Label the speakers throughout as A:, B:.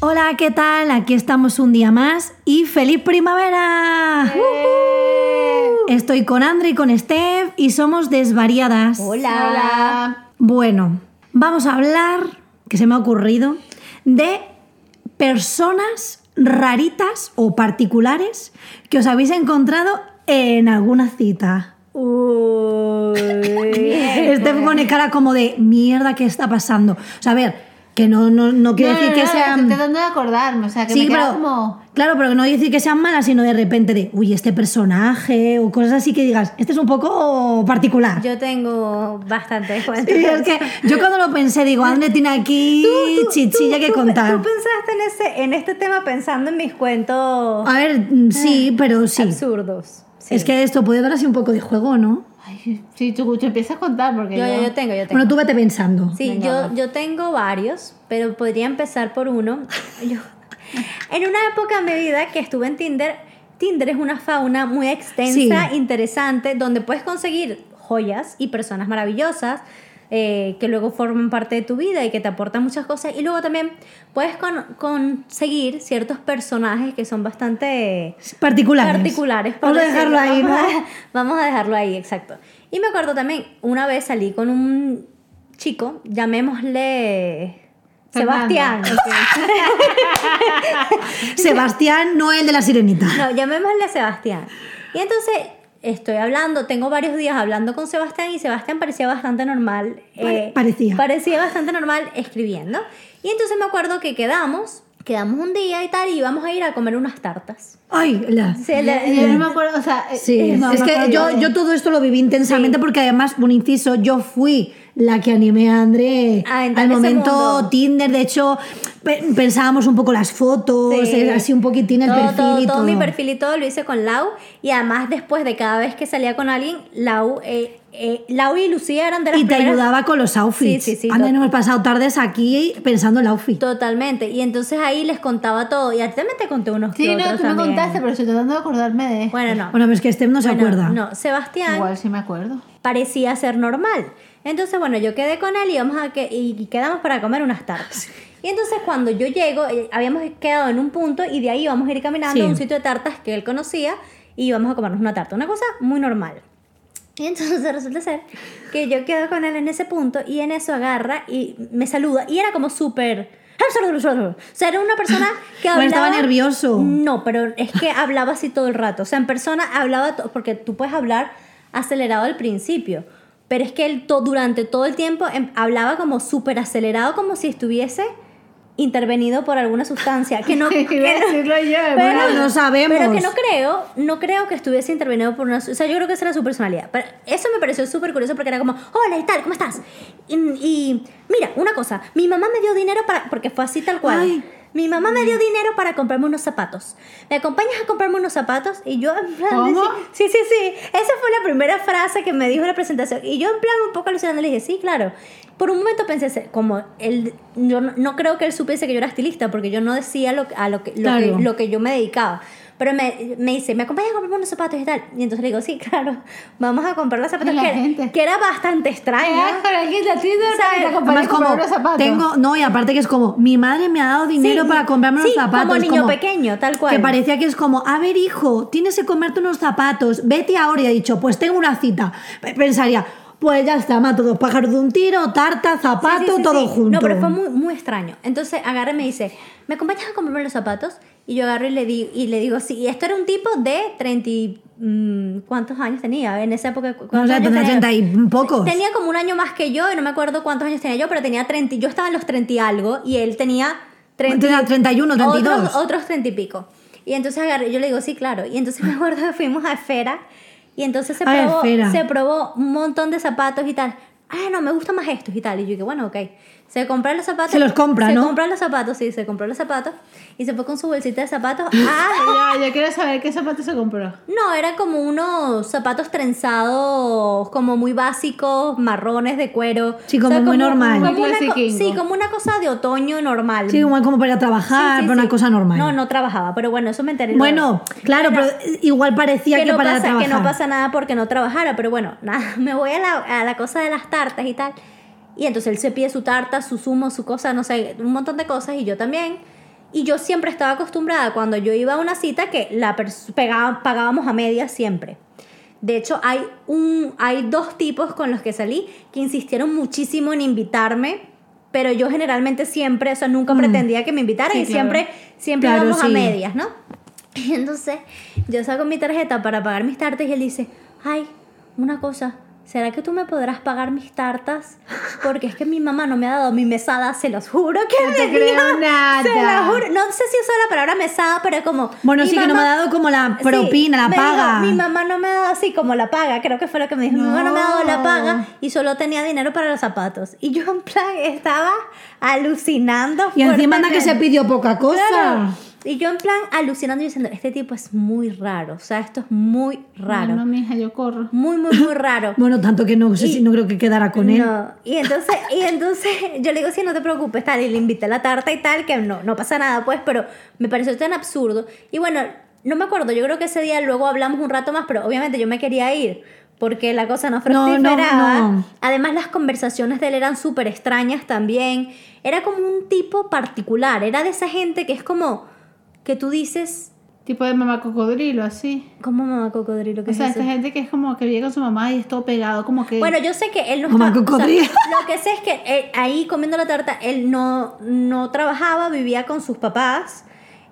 A: Hola, ¿qué tal? Aquí estamos un día más y feliz primavera. ¡Uhú! Estoy con Andre y con Steph y somos desvariadas.
B: Hola.
A: Bueno, vamos a hablar, que se me ha ocurrido, de personas raritas o particulares que os habéis encontrado en alguna cita. Steph pone cara como de mierda, ¿qué está pasando? O sea, a ver, que no, no, no quiere decir que mm, sean.
B: Estoy tratando de acordarme, o sea, que me queda como...
A: claro, pero no decir que sean malas, sino de repente de, uy, este personaje o cosas así que digas, este es un poco particular.
C: Yo tengo bastante cuentos.
A: Sí, es que yo cuando lo pensé, digo, André tiene aquí chichilla que contar.
C: Tú pensaste en, ese, en este tema pensando en mis cuentos
A: A ver, mm, sí, pero sí.
C: absurdos. Ah, Sí.
A: Es que esto puede dar así un poco de juego, ¿no?
B: Ay, sí, tú, tú empiezas a contar porque
C: Yo,
B: yo-
C: yo, yo tengo, yo tengo.
A: Bueno, tú vete pensando.
C: Sí, yo, yo tengo varios, pero podría empezar por uno. Yo- en una época de mi vida que estuve en Tinder, Tinder es una fauna muy extensa,
A: Sí.
C: interesante, donde puedes conseguir joyas y personas maravillosas eh, que luego forman parte de tu vida y que te aportan muchas cosas. Y luego también puedes con- conseguir ciertos personajes que son bastante
A: Particulares.
C: particulares. por
A: Vamos a
C: decirlo.
A: dejarlo ahí,
C: Vamos
A: ¿no?
C: a- Vamos a dejarlo ahí, exacto. Y me acuerdo también, una vez salí con un chico, llamémosle
B: Fernando.
C: Sebastián.
A: Sebastián, no el de la sirenita.
C: No, llamémosle Sebastián. Y entonces estoy hablando, tengo varios días hablando con Sebastián y Sebastián parecía bastante normal. eh,
A: Pare- parecía.
C: Parecía bastante normal escribiendo. Y entonces me acuerdo que quedamos, quedamos un día y tal, y íbamos a ir a comer unas tartas.
A: Ay, la.
C: Se le-
B: Yo no me acuerdo, o sea... eh,
A: Sí,
B: no
A: es
B: me
A: que
B: acuerdo.
A: yo, yo todo esto lo viví intensamente porque además, un inciso, yo fui la que animé a André al
C: A entrar Ah, en ese
A: momento
C: mundo.
A: Tinder. De hecho, pe- pensábamos un poco las fotos,
C: Sí.
A: eh, así un poquitín el
C: todo,
A: perfil
C: todo,
A: y todo.
C: todo mi perfil y todo lo hice con Lau. Y además, después de cada vez que salía con alguien, Lau, eh, eh, Lau y Lucía eran de las
A: Y te
C: primeras-
A: ayudaba con los outfits.
C: Sí, sí, sí,
A: André
C: to-
A: nos hemos pasado tardes aquí pensando el outfit.
C: Totalmente. Y entonces ahí les contaba todo. Y a ti también te conté unos que
B: Sí, no,
C: otros
B: tú me
C: también.
B: contaste, pero estoy tratando de acordarme de...
C: Bueno, no.
A: Bueno, pero es que Steph no se
C: Bueno,
A: acuerda.
C: No, Sebastián
B: Igual sí me acuerdo.
C: parecía ser normal. Entonces, bueno, yo quedé con él y, vamos a que, y quedamos para comer unas tartas. Y entonces cuando yo llego, eh, habíamos quedado en un punto y de ahí íbamos a ir caminando
A: Sí.
C: a un sitio de tartas que él conocía y íbamos a comernos una tarta. Una cosa muy normal. Y entonces resulta ser que yo quedo con él en ese punto y en eso agarra y me saluda. Y era como súper... O sea, era una persona que
A: Bueno,
C: hablaba...
A: estaba nervioso.
C: No, pero es que hablaba así todo el rato. O sea, en persona hablaba... to- Porque tú puedes hablar acelerado al principio. Pero es que él to- durante todo el tiempo em- hablaba como súper acelerado, como si estuviese intervenido por alguna sustancia. Que no... que
B: Iba a
C: no-
B: decirlo yo.
A: Bueno,
C: pero-
A: no sabemos.
C: Pero que no creo, no creo que estuviese intervenido por una... O sea, yo creo que esa era su personalidad. Pero eso me pareció súper curioso porque era como, hola y tal, ¿cómo estás? Y, y, mira, una cosa, mi mamá me dio dinero para... Porque fue así tal cual.
A: Ay.
C: Mi mamá me dio dinero para comprarme unos zapatos. ¿Me acompañas a comprarme unos zapatos? Y yo, en plan,
B: ¿Cómo?
C: Sí, sí, sí. Esa fue la primera frase que me dijo en la presentación. Y yo, en plan, un poco alucinando, le dije, sí, claro. Por un momento pensé, se- como él, yo no, no creo que él supiese que yo era estilista, porque yo no decía lo, a lo que, lo,
A: Claro.
C: que, lo que yo me dedicaba. Pero me, me dice, ¿me acompañas a comprarme unos zapatos y tal? Y entonces le digo, sí, claro, vamos a comprar los zapatos.
B: La
C: que, era-
B: gente.
C: que era bastante extraño.
B: Ah, con alguien de Tinder
C: ¿Sabes?
B: que te acompañó
A: Además,
B: a comprar
A: como,
B: unos zapatos.
A: tengo, no, y aparte que es como, mi madre me ha dado dinero
C: Sí,
A: para comprarme
C: sí,
A: unos zapatos.
C: como niño pequeño, tal cual.
A: Que parecía que es como, a ver, hijo, tienes que comerte unos zapatos, vete ahora. Y ha dicho, pues tengo una cita. P- Pensaría, pues ya está, mato dos pájaros de un tiro, tarta,
C: Sí,
A: zapato,
C: sí, sí,
A: todo
C: sí.
A: junto.
C: No, pero fue muy, muy extraño. Entonces agarra y me dice, ¿me acompañas a comprarme los zapatos? Y yo agarro y le, di- y le digo, sí. Y esto era un tipo de 30... y, mm, ¿Cuántos años tenía? En esa época... ¿cu-
A: No
C: cuántos
A: sé,
C: años
A: tendrá
C: tenía?
A: 30 y pocos.
C: Tenía como un año más que yo y no me acuerdo cuántos años tenía yo, pero tenía 30... y- Yo estaba en los 30 y algo y él tenía 30...
A: Tenía 31, 32.
C: Otros, otros 30 y pico. Y entonces agarré, yo le digo, sí, claro. Y entonces me acuerdo que fuimos a Esfera y entonces se
A: Ah,
C: probó,
A: Esfera.
C: se probó un montón de zapatos y tal. Ah, no, me gustan más estos y tal. Y yo dije, bueno, ok. Se compró los zapatos.
A: Se los compra,
C: se
A: ¿no?
C: Se compró los zapatos, sí, se compró los zapatos. Y se fue con su bolsita de zapatos. Ah,
B: Ya, yo quiero saber qué zapatos se compró.
C: no, era como unos zapatos trenzados, como muy básicos, marrones de cuero.
A: Sí, como muy normal.
C: como una co-
B: Clasiquingo.
C: sí, como una cosa de otoño normal.
A: Sí, igual como para ir a trabajar,
C: Sí, sí,
A: para una
C: sí.
A: cosa normal.
C: No, no trabajaba, pero bueno, eso me enteré. luego.
A: Bueno, claro,
C: Bueno,
A: pero igual parecía que,
C: que, no
A: para
C: pasa, que
A: trabajar.
C: no pasa nada porque no trabajara, pero bueno, nada, me voy a la, a la cosa de las tartas y tal. Y entonces él se pide su tarta, su zumo, su cosa, no sé, un montón de cosas y yo también. Y yo siempre estaba acostumbrada cuando yo iba a una cita que la pers- pegaba- pagábamos a media siempre. De hecho, hay, un, hay dos tipos con los que salí que insistieron muchísimo en invitarme, pero yo generalmente siempre, o sea, nunca pretendía que me invitaran
B: Sí,
C: y
B: claro.
C: siempre, siempre
A: Mm. Claro,
C: íbamos a
A: sí.
C: medias, ¿no? Y entonces yo saco mi tarjeta para pagar mis tartas y él dice, ay, una cosa, ¿será que tú me podrás pagar mis tartas? Porque es que mi mamá no me ha dado mi mesada, se los juro que
B: No
C: me
B: te
C: dio,
B: creo
C: Se
B: nada.
C: lo juro. No sé si usó la palabra mesada, pero como...
A: Bueno,
C: "Mi
A: sí que no me ha
C: mamá-
A: dado como la
C: Sí,
A: propina, la
C: me
A: paga.
C: dijo, mi mamá no me ha dado así como la paga, creo que fue lo que me dijo. Mi mamá no me ha dado la
B: No.
C: paga y solo tenía dinero para los zapatos. Y yo en plan estaba alucinando.
A: Y encima anda que se
C: fuertemente.
A: pidió poca cosa.
C: Claro. Y yo en plan alucinando y diciendo, este tipo es muy raro, o sea, esto es muy raro.
B: No, no, mija, yo corro.
C: Muy, muy, muy raro.
A: Bueno, tanto que no sé si no creo que quedara con él.
C: No. Y entonces, y entonces yo le digo, sí, no te preocupes, tal, y le invité la tarta y tal, que no, no pasa nada, pues, pero me pareció tan absurdo. Y bueno, no me acuerdo, yo creo que ese día luego hablamos un rato más, pero obviamente yo me quería ir, porque la cosa no
A: No, no,
C: fructiferaba.
A: no.
C: Además, las conversaciones de él eran súper extrañas también. Era como un tipo particular, era de esa gente que es como que tú dices,
B: Tipo de mamá cocodrilo, así.
C: ¿cómo mamá cocodrilo? ¿Qué
B: O
C: es
B: sea,
C: eso?
B: esta
A: este
B: gente que es como que vive con su mamá y es todo pegado, como que.
C: Bueno, yo sé que él no
A: Mamá
C: estaba- o sea,
A: cocodrilo.
C: lo que sé es que él, ahí comiendo la tarta, él no, no trabajaba, vivía con sus papás.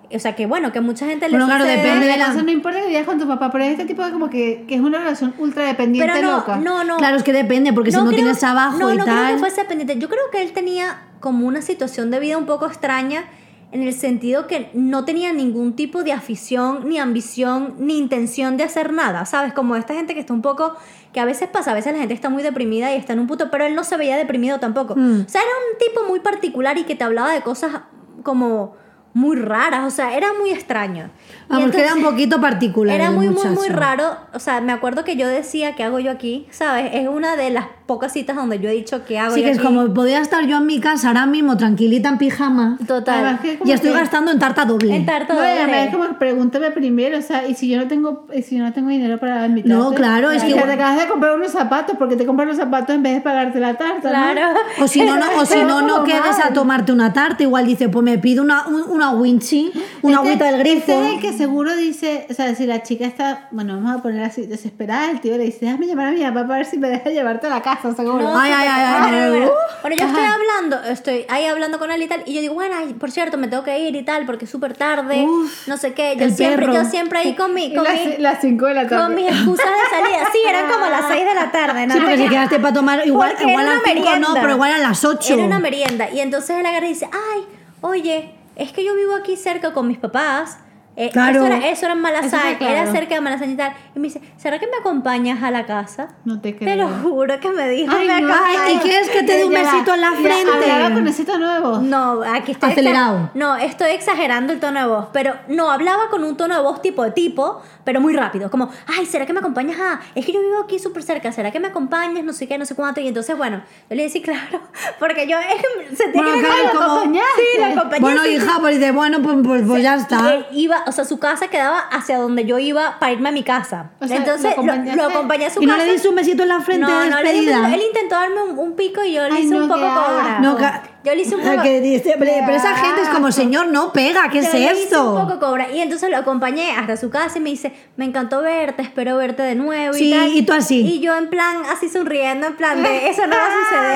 C: O sea que bueno, que mucha gente le
A: Bueno, claro,
C: sucede.
A: depende de la-
B: Entonces, no importa que vivas con tu papá, pero es este tipo de como que, que es una relación ultra dependiente
C: Pero no,
B: loca.
C: no, no.
A: Claro, es que depende, porque si no
C: creo-
A: tienes trabajo
C: no,
A: y
C: no creo
A: tal.
C: que fuese pendiente. Yo creo que él tenía como una situación de vida un poco extraña en el sentido que no tenía ningún tipo de afición, ni ambición, ni intención de hacer nada, ¿sabes? Como esta gente que está un poco, que a veces pasa, a veces la gente está muy deprimida y está en un puto, pero él no se veía deprimido tampoco.
A: Mm.
C: O sea, era un tipo muy particular y que te hablaba de cosas como muy raras, o sea, era muy extraño. Y
A: Vamos, que Ah, era un
C: entonces-
A: poquito particular.
C: era
A: el
C: muy, muy, muy
A: muchacho.
C: raro. O sea, me acuerdo que yo decía, ¿qué hago yo aquí? ¿Sabes? Es una de las pocas citas donde yo he dicho, ¿qué hago
A: Así
C: yo
A: que es
C: aquí?
A: como, podía estar yo en mi casa ahora mismo, tranquilita en pijama,
C: Total.
B: Además que- como
A: y estoy gastando en tarta doble.
C: En tarta
B: No, y además
C: doble.
B: es como que pregúntame primero, o sea, y si yo no tengo, y si yo no tengo dinero para invitarte.
A: No, claro, es
B: Y
A: que-
B: te acabas de comprar unos zapatos, porque te compras los zapatos en vez de pagarte la tarta. ¿no?
C: Claro.
A: O si no, no, o si no, no
B: Normal.
A: quedes a tomarte una tarta. Igual dice, pues me pido una, un- una winchi, una
B: Este-
A: agüita del grifo.
B: Este es el que seguro dice, o sea, si la chica está, bueno, vamos a poner así, desesperada, el tío le dice, déjame llamar a mi papá para ver si me deja llevarte a la casa, seguro.
C: No,
A: Ay, ay, ay, ay,
C: bueno,
A: ay,
C: bueno.
A: uh.
C: Bueno, yo estoy hablando, estoy ahí hablando con él y tal, y yo digo, bueno, ay, por cierto, me tengo que ir y tal, porque es súper tarde,
A: Uf,
C: no sé qué. Yo
A: el
C: siempre,
A: perro.
C: yo siempre ahí con mi,
B: Y
C: con
B: las-
C: mi-
B: las 5 de la tarde.
C: con mis excusas de salida. Sí, eran como las 6 de la tarde, ¿no?
A: Sí, porque si quedaste para tomar, igual,
C: Porque
A: igual
C: era
A: a las
C: una
A: cinco no,
C: merienda.
A: pero igual a las 8.
C: Era una merienda. Y entonces él agarra y dice, ay, oye, es que yo vivo aquí cerca con mis papás. Eh,
A: Claro.
C: Eso era, eso era en Malasaña,
B: Eso fue claro.
C: era cerca de Malasaña y tal. Y me dice, ¿será que me acompañas a la casa?
B: No te creo.
C: Te lo juro que me dijo,
B: Ay,
C: me
B: no,
C: acompañas.
A: Ay, ¿y quieres que te dé un
B: Ya va,
A: besito en la
B: ya
A: frente?
B: Hablaba con ositos nuevos.
C: No, aquí estoy.
A: Acelerado.
C: No, estoy exagerando el tono de voz, pero no, hablaba con un tono de voz tipo de tipo, pero muy rápido. Como, ay, ¿será que me acompañas a.? Es que yo vivo aquí súper cerca, ¿será que me acompañas? No sé qué, no sé cuánto. Y entonces, bueno, yo le decía, claro, porque yo eh, sentía
A: Bueno,
C: que me
A: claro,
C: "Ay, lo
A: como-
C: acompañaste". Sí, lo acompañé.
A: Bueno,
C: sí,
A: hija, pues dice, bueno, pues, pues- pues ya está.
C: y iba, o sea, su casa quedaba hacia donde yo iba para irme a mi casa.
B: O sea,
C: Entonces
B: ¿lo
C: lo,
B: acompañaste?
C: lo acompañé a su
A: Y no
C: casa.
A: le diste un besito en la frente
C: no,
A: de
C: no, le di un
A: despedida.
C: besito. él intentó darme un, un pico y yo le
B: Ay,
C: hice
B: no,
C: un poco
B: qué
C: cobra.
B: asco.
A: No, ca-
C: Ah, oh. yo le hice un poco.
A: que dice, pero pero esa gente es como, señor, no pega, ¿qué es
C: Yo le hice Un
A: esto?
C: poco cobra. Y entonces lo acompañé hasta su casa y me dice, me encantó verte, espero verte de nuevo.
A: Sí,
C: y, tal.
A: y tú así.
C: Y yo en plan, así sonriendo, en plan de, eso no va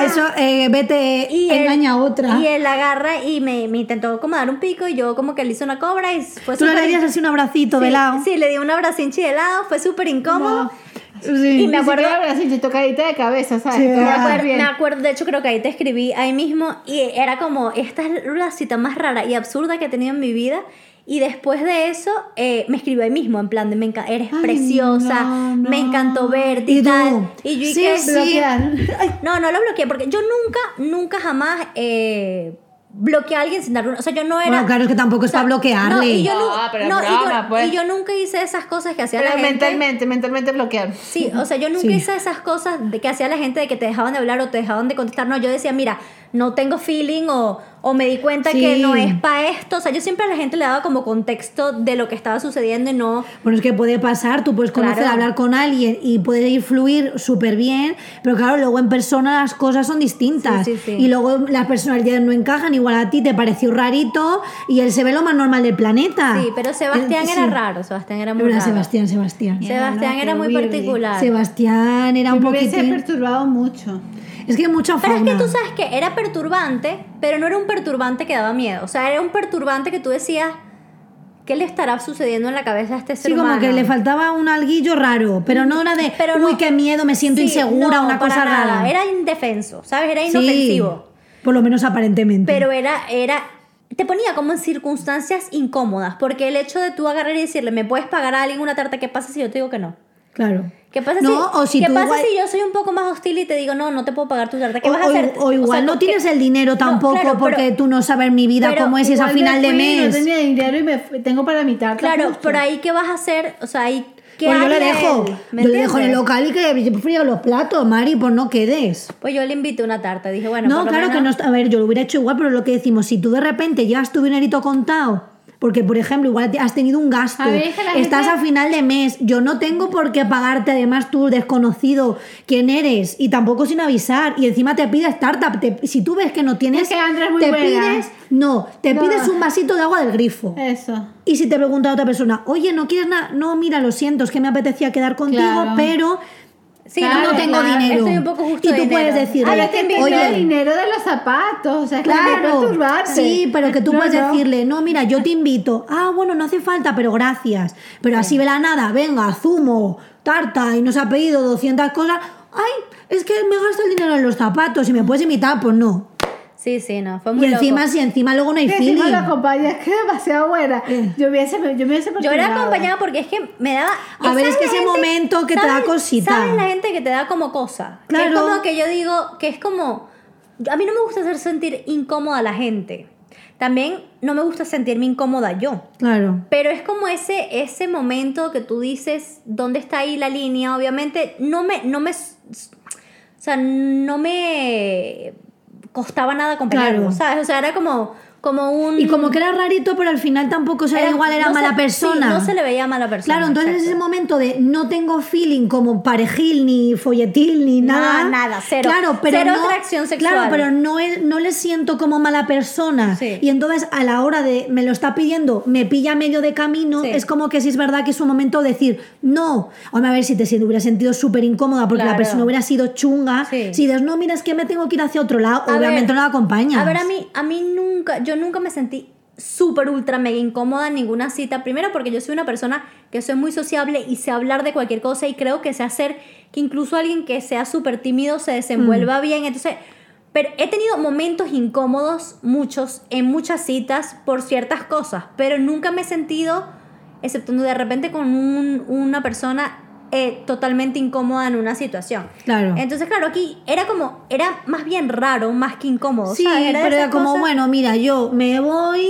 C: a suceder.
A: Eso, eh, vete,
C: Y él-
A: engaña a otra.
C: Y él agarra y me, me intentó como dar un pico y yo como que le hice una cobra y fue
A: Tú le
C: súper
A: darías así un abracito
C: Sí,
A: de lado.
C: Sí, le di un abracinchi de lado, fue súper incómodo.
A: Sí.
C: Y me
B: Ni
C: acuerdo-
B: siquiera abrazar, si te tocadita de cabeza, ¿sabes?
A: Sí,
B: Te
A: me
B: va a
A: acuerdo-
B: caer Ah, bien.
C: Me acuerdo, de hecho creo que ahí te escribí ahí mismo y era como, esta es la cita más rara y absurda que he tenido en mi vida. Y después de eso, eh, me escribió ahí mismo, en plan de, me enca- eres
B: Ay,
C: preciosa,
B: no, no.
C: me encantó verte y,
A: Y tú,
C: tal. Y yo, ¿y
A: sí,
C: qué?
A: sí.
B: Bloquear.
C: No, no lo bloqueé, porque yo nunca, nunca jamás eh, bloqueé a alguien sin darle una... O sea, yo no era...
A: Bueno, claro, es que tampoco es
C: o sea,
A: para bloquearle.
C: No, y yo,
B: No,
C: nu-
B: pero es
C: no, y
B: broma,
C: yo-
B: pues.
C: y yo nunca hice esas cosas que hacía la
B: Pero
C: gente.
B: mentalmente, mentalmente bloquear.
C: Sí, o sea, yo nunca
A: Sí.
C: hice esas cosas de que hacía la gente de que te dejaban de hablar o te dejaban de contestar. No, yo decía, mira, no tengo feeling o, o me di cuenta
A: Sí.
C: que no es para esto. O sea, yo siempre a la gente le daba como contexto de lo que estaba sucediendo y no...
A: Bueno, es que puede pasar, tú puedes conocer,
C: Claro.
A: hablar con alguien y puede ir fluir súper bien, pero claro, luego en persona las cosas son distintas.
C: Sí, sí, sí.
A: Y luego las personalidades no encajan, igual a ti te pareció rarito y él se ve lo más normal del planeta.
C: Sí, pero Sebastián
A: Eh,
C: era
A: sí.
C: raro, Sebastián era
A: Es
C: muy
A: verdad,
C: raro.
A: Sebastián, Sebastián.
B: Yeah.
C: Sebastián
B: no,
C: era
B: qué
C: muy
B: weird.
C: particular.
A: Sebastián era un
B: Me hubiese
A: poquitín...
B: perturbado mucho.
A: Es que hay mucha
C: Pero es
A: fauna.
C: que tú sabes que era perturbante, pero no era un perturbante que daba miedo. O sea, era un perturbante que tú decías, ¿qué le estará sucediendo en la cabeza a este ser
A: Sí, como
C: humano?
A: que le faltaba un alguillo raro, pero no una de,
C: Pero
A: uy,
C: no-
A: qué miedo, me siento
C: Sí,
A: insegura,
C: no,
A: una
C: para
A: cosa
C: nada.
A: rara.
C: Era indefenso, ¿sabes? Era
A: Sí,
C: inofensivo.
A: por lo menos aparentemente.
C: Pero era, era, te ponía como en circunstancias incómodas, porque el hecho de tú agarrar y decirle, ¿me puedes pagar a alguien una tarta? ¿Qué pasa si yo te digo que no?
A: claro.
C: ¿Qué pasa,
A: No,
C: si,
A: o si
C: ¿qué
A: tú
C: pasa
A: igual-
C: si yo soy un poco más hostil y te digo, no, no te puedo pagar tu tarta? ¿Qué
A: o,
C: vas a
A: o-
C: hacer?
A: o
C: O sea,
A: igual no
C: ¿qué-
A: tienes el dinero tampoco
C: claro,
A: porque
C: pero-
A: tú no sabes mi vida
C: pero
A: cómo es y es Pues a
B: Igual me
A: final de
B: fui,
A: mes.
B: No tenía dinero y me fui- tengo para mi tarta.
C: Claro,
B: justo.
C: pero ahí qué vas a hacer, o sea, ahí qué
A: Pues yo le
C: haría
A: dejo.
C: él? ¿Me
A: Yo le dejo en el
C: entiendes?
A: local y que frío los platos, Mari, pues no quedes.
C: Pues yo le invité una tarta, dije, bueno,
A: No,
C: por lo
A: claro que no.
C: menos-
A: está- A ver, yo lo hubiera hecho igual, pero lo que decimos, si tú de repente llevas tu dinerito contado, porque por ejemplo, igual te- has tenido un gasto,
B: A ver, es que la
A: estás
B: gente-
A: a final de mes, yo no tengo por qué pagarte, además tú desconocido quién eres y tampoco sin avisar, y encima te pides startup, si tú ves que no tienes,
B: Es que Andra es muy
A: te
B: buena.
A: pides, no, te
B: No. Eh.
A: pides un vasito de agua del grifo.
B: Eso.
A: Y si te pregunta otra persona, oye, ¿no quieres nada? No, mira, lo siento, es que me apetecía quedar contigo,
B: Claro.
A: pero
C: Sí,
B: Claro,
A: no tengo
B: claro.
A: dinero.
C: Estoy un poco justo
A: y tú
C: de dinero.
A: puedes decir,
C: Ay,
B: Ahora
C: te
B: te
C: invito.
B: invito el dinero de los zapatos. O sea, claro. que
A: Claro,
B: perturbarte.
A: sí, pero que tú
B: No,
A: puedes
B: no.
A: decirle, no, mira, yo te invito. Ah, bueno, no hace falta, pero gracias. Pero así ve la nada, venga, zumo, tarta, y nos ha pedido 200 cosas. Ay, es que me gasto el dinero en los zapatos y me puedes invitar, pues no.
C: Sí, sí, no, fue
A: Y
C: muy
A: encima,
C: loco.
A: si encima luego no hay
B: Que encima
A: feeling.
B: la compañía es que es demasiado buena. Yo hubiese, yo hubiese
C: Yo era
B: perturbado.
C: acompañada porque es que me daba...
A: A ver,
C: ¿sabes
A: es que
C: la
A: ese momento que te da
C: sabes-
A: cosita?
C: ¿Sabes la gente que te da como cosa? Que
A: Claro.
C: es como que yo digo, que es como... A mí no me gusta hacer sentir incómoda a la gente. También no me gusta sentirme incómoda yo.
A: Claro.
C: Pero es como ese, ese momento que tú dices, ¿dónde está ahí la línea? Obviamente, no me, no me, s- s- o sea, no me costaba nada acompañarlo,
A: Claro.
C: ¿sabes? O sea, era como, como un...
A: Y como que era rarito, pero al final tampoco se era igual, era
C: no se-
A: mala
C: sí,
A: persona.
C: no se le veía mala persona.
A: Claro, entonces
C: exacto.
A: ese momento de no tengo feeling como parejil, ni folletil, ni
C: No,
A: nada.
C: nada, cero.
A: Claro, pero
C: Cero
A: no,
C: atracción sexual.
A: Claro, pero no, es- no le siento como mala persona.
C: Sí.
A: Y entonces a la hora de me lo está pidiendo, me pilla a medio de camino,
C: Sí.
A: es como que si es verdad que es un momento de decir, no. Hombre, a ver, si te si te hubiera sentido súper incómoda porque la
C: Claro.
A: persona hubiera sido chunga,
C: Sí.
A: si dices, no, mira, es que me tengo que ir hacia otro lado,
C: A
A: obviamente no
C: ver,
A: la acompañas.
C: A ver, a mí, a mí nunca, yo nunca me sentí súper ultra mega incómoda en ninguna cita. Primero porque yo soy una persona que soy muy sociable y sé hablar de cualquier cosa y creo que sé hacer que incluso alguien que sea súper tímido se desenvuelva
A: Mm.
C: bien. Entonces, pero he tenido momentos incómodos, muchos, en muchas citas por ciertas cosas, pero nunca me he sentido, exceptuando de repente con un- una persona eh, totalmente incómoda en una situación.
A: Claro.
C: Entonces, claro, aquí era como, era más bien raro, más que incómodo.
A: Sí,
C: ¿sabes? de
A: pero era
C: esas
A: como,
C: cosas-
A: bueno, mira, yo me voy,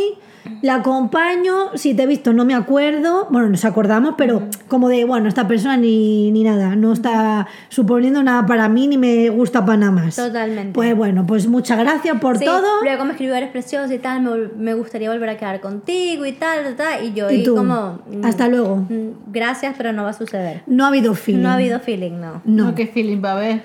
A: la acompaño, si te he visto no me acuerdo, bueno, nos acordamos, pero como de, bueno, esta persona ni, ni nada, no está suponiendo nada para mí ni me gusta para nada más.
C: Totalmente.
A: Pues bueno, pues muchas gracias por
C: Sí,
A: todo.
C: Luego me escribió, eres precioso y tal, me, vol- me gustaría volver a quedar contigo y tal, tal, tal, Y yo,
A: Y
C: y,
A: tú,
C: como. mm,
A: hasta luego.
C: mm, Gracias, pero no va a suceder.
A: No ha habido fin.
C: No ha habido feeling, no.
A: No,
B: No, qué feeling va a haber.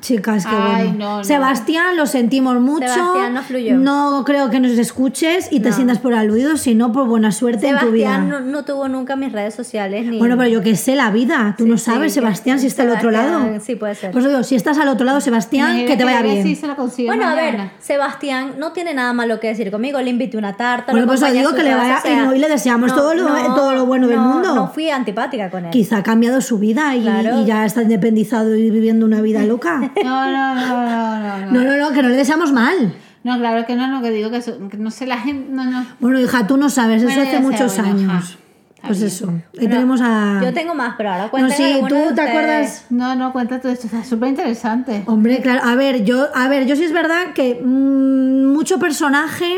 A: chicas, qué
B: Ay,
A: bueno.
B: no, no.
A: Sebastián, lo sentimos mucho.
C: Sebastián, no fluyó.
A: No creo que nos escuches y te sientas por aludido, sino por buena suerte en tu vida.
C: Sebastián no, no tuvo nunca mis redes sociales ni.
A: Bueno, pero yo que sé la vida. Tú
C: Mm. Sí,
A: no
C: sí,
A: sabes,
C: que-
A: Sebastián, si está al otro
C: Sebastián,
A: lado.
C: sí, puede ser.
A: Por eso digo, si estás al otro lado, Sebastián, que te vaya bien.
B: Sí, se lo consigue
C: bueno, a ver,
B: mañana.
C: Sebastián no tiene nada malo que decir conmigo. Le invité una tarta.
A: Bueno,
C: lo
A: por eso
C: acompañé a
A: digo
C: su
A: que le
C: casa,
A: vaya-
C: o sea,
A: y no- y le deseamos todo lo- todo lo bueno del
C: no,
A: mundo.
C: No fui antipática con él.
A: Quizá ha cambiado su vida y,
C: Claro.
A: y ya está independizado y viviendo una vida loca.
B: No, no, no, no, no, no.
A: No, no, no, que no le deseamos mal.
B: No, claro que no, no, que digo que, eso- que no sé la gente, no, no.
A: Bueno, hija, tú no sabes, eso
B: Bueno,
A: hace
B: ya sé,
A: muchos
B: bueno,
A: años.
B: ajá. Está
A: Pues
B: bien.
A: eso. Ahí tenemos a.
C: Yo tengo más, pero ahora
A: no,
C: cuéntame.
A: sí,
C: alguna
A: tú
C: de
A: te
C: ustedes.
A: acuerdas.
B: No, no, cuenta todo esto, está súper interesante.
A: Hombre, claro, a ver, yo, a ver, yo sí es verdad que mm, mucho personaje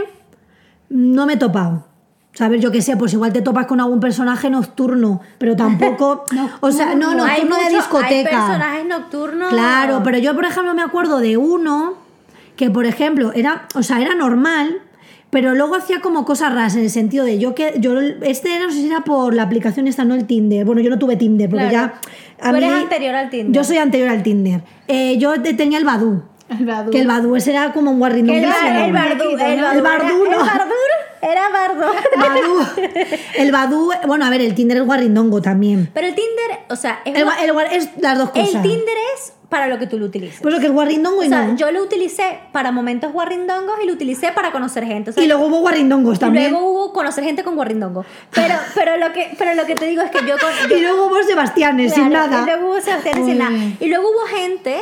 A: no me he topado. O sea, a ver, yo qué sé, pues igual te topas con algún personaje nocturno, pero tampoco. o sea, no,
C: Hay
A: nocturno de
C: mucho- Hay
A: discoteca.
C: personajes nocturnos.
A: Claro, pero yo, por ejemplo, me acuerdo de uno que por ejemplo era, o sea, era normal, pero luego hacía como cosas raras en el sentido de yo que yo este no sé si era por la aplicación esta, no el Tinder. Bueno, yo no tuve Tinder porque
C: Claro.
A: ya a
C: Tú eres
A: mí-
C: anterior al Tinder.
A: Yo soy anterior al Tinder. Eh, yo te- tenía el Badoo.
B: El Badoo.
A: Que el Badoo ese era como un guarrindón.
C: El,
A: que
C: bar-
A: se
C: el
A: llamaba.
C: bardú, el
A: El bardú,
C: bardú.
A: no.
C: Era, el bardú era bardú.
A: Badoo. El Badoo, bueno, a ver, el Tinder es guarrindongo también.
C: Pero el Tinder, o sea, es
A: El,
C: una-
A: gua- el guar- es las dos
C: el
A: cosas.
C: Tinder es para lo que tú lo utilices.
A: Pues lo que es guarrindongo y
C: O sea,
A: no.
C: yo lo utilicé para momentos guarrindongos y lo utilicé para conocer gente. O sea,
A: Y luego hubo guarrindongos
C: y
A: también.
C: luego hubo conocer gente con guarrindongo. Pero, pero, lo, que, pero lo que te digo es que yo... con- yo-
A: Y luego hubo Sebastianes sin
C: Claro,
A: nada.
C: Y luego hubo Sebastián sin
B: Uy.
C: nada. Y luego hubo gente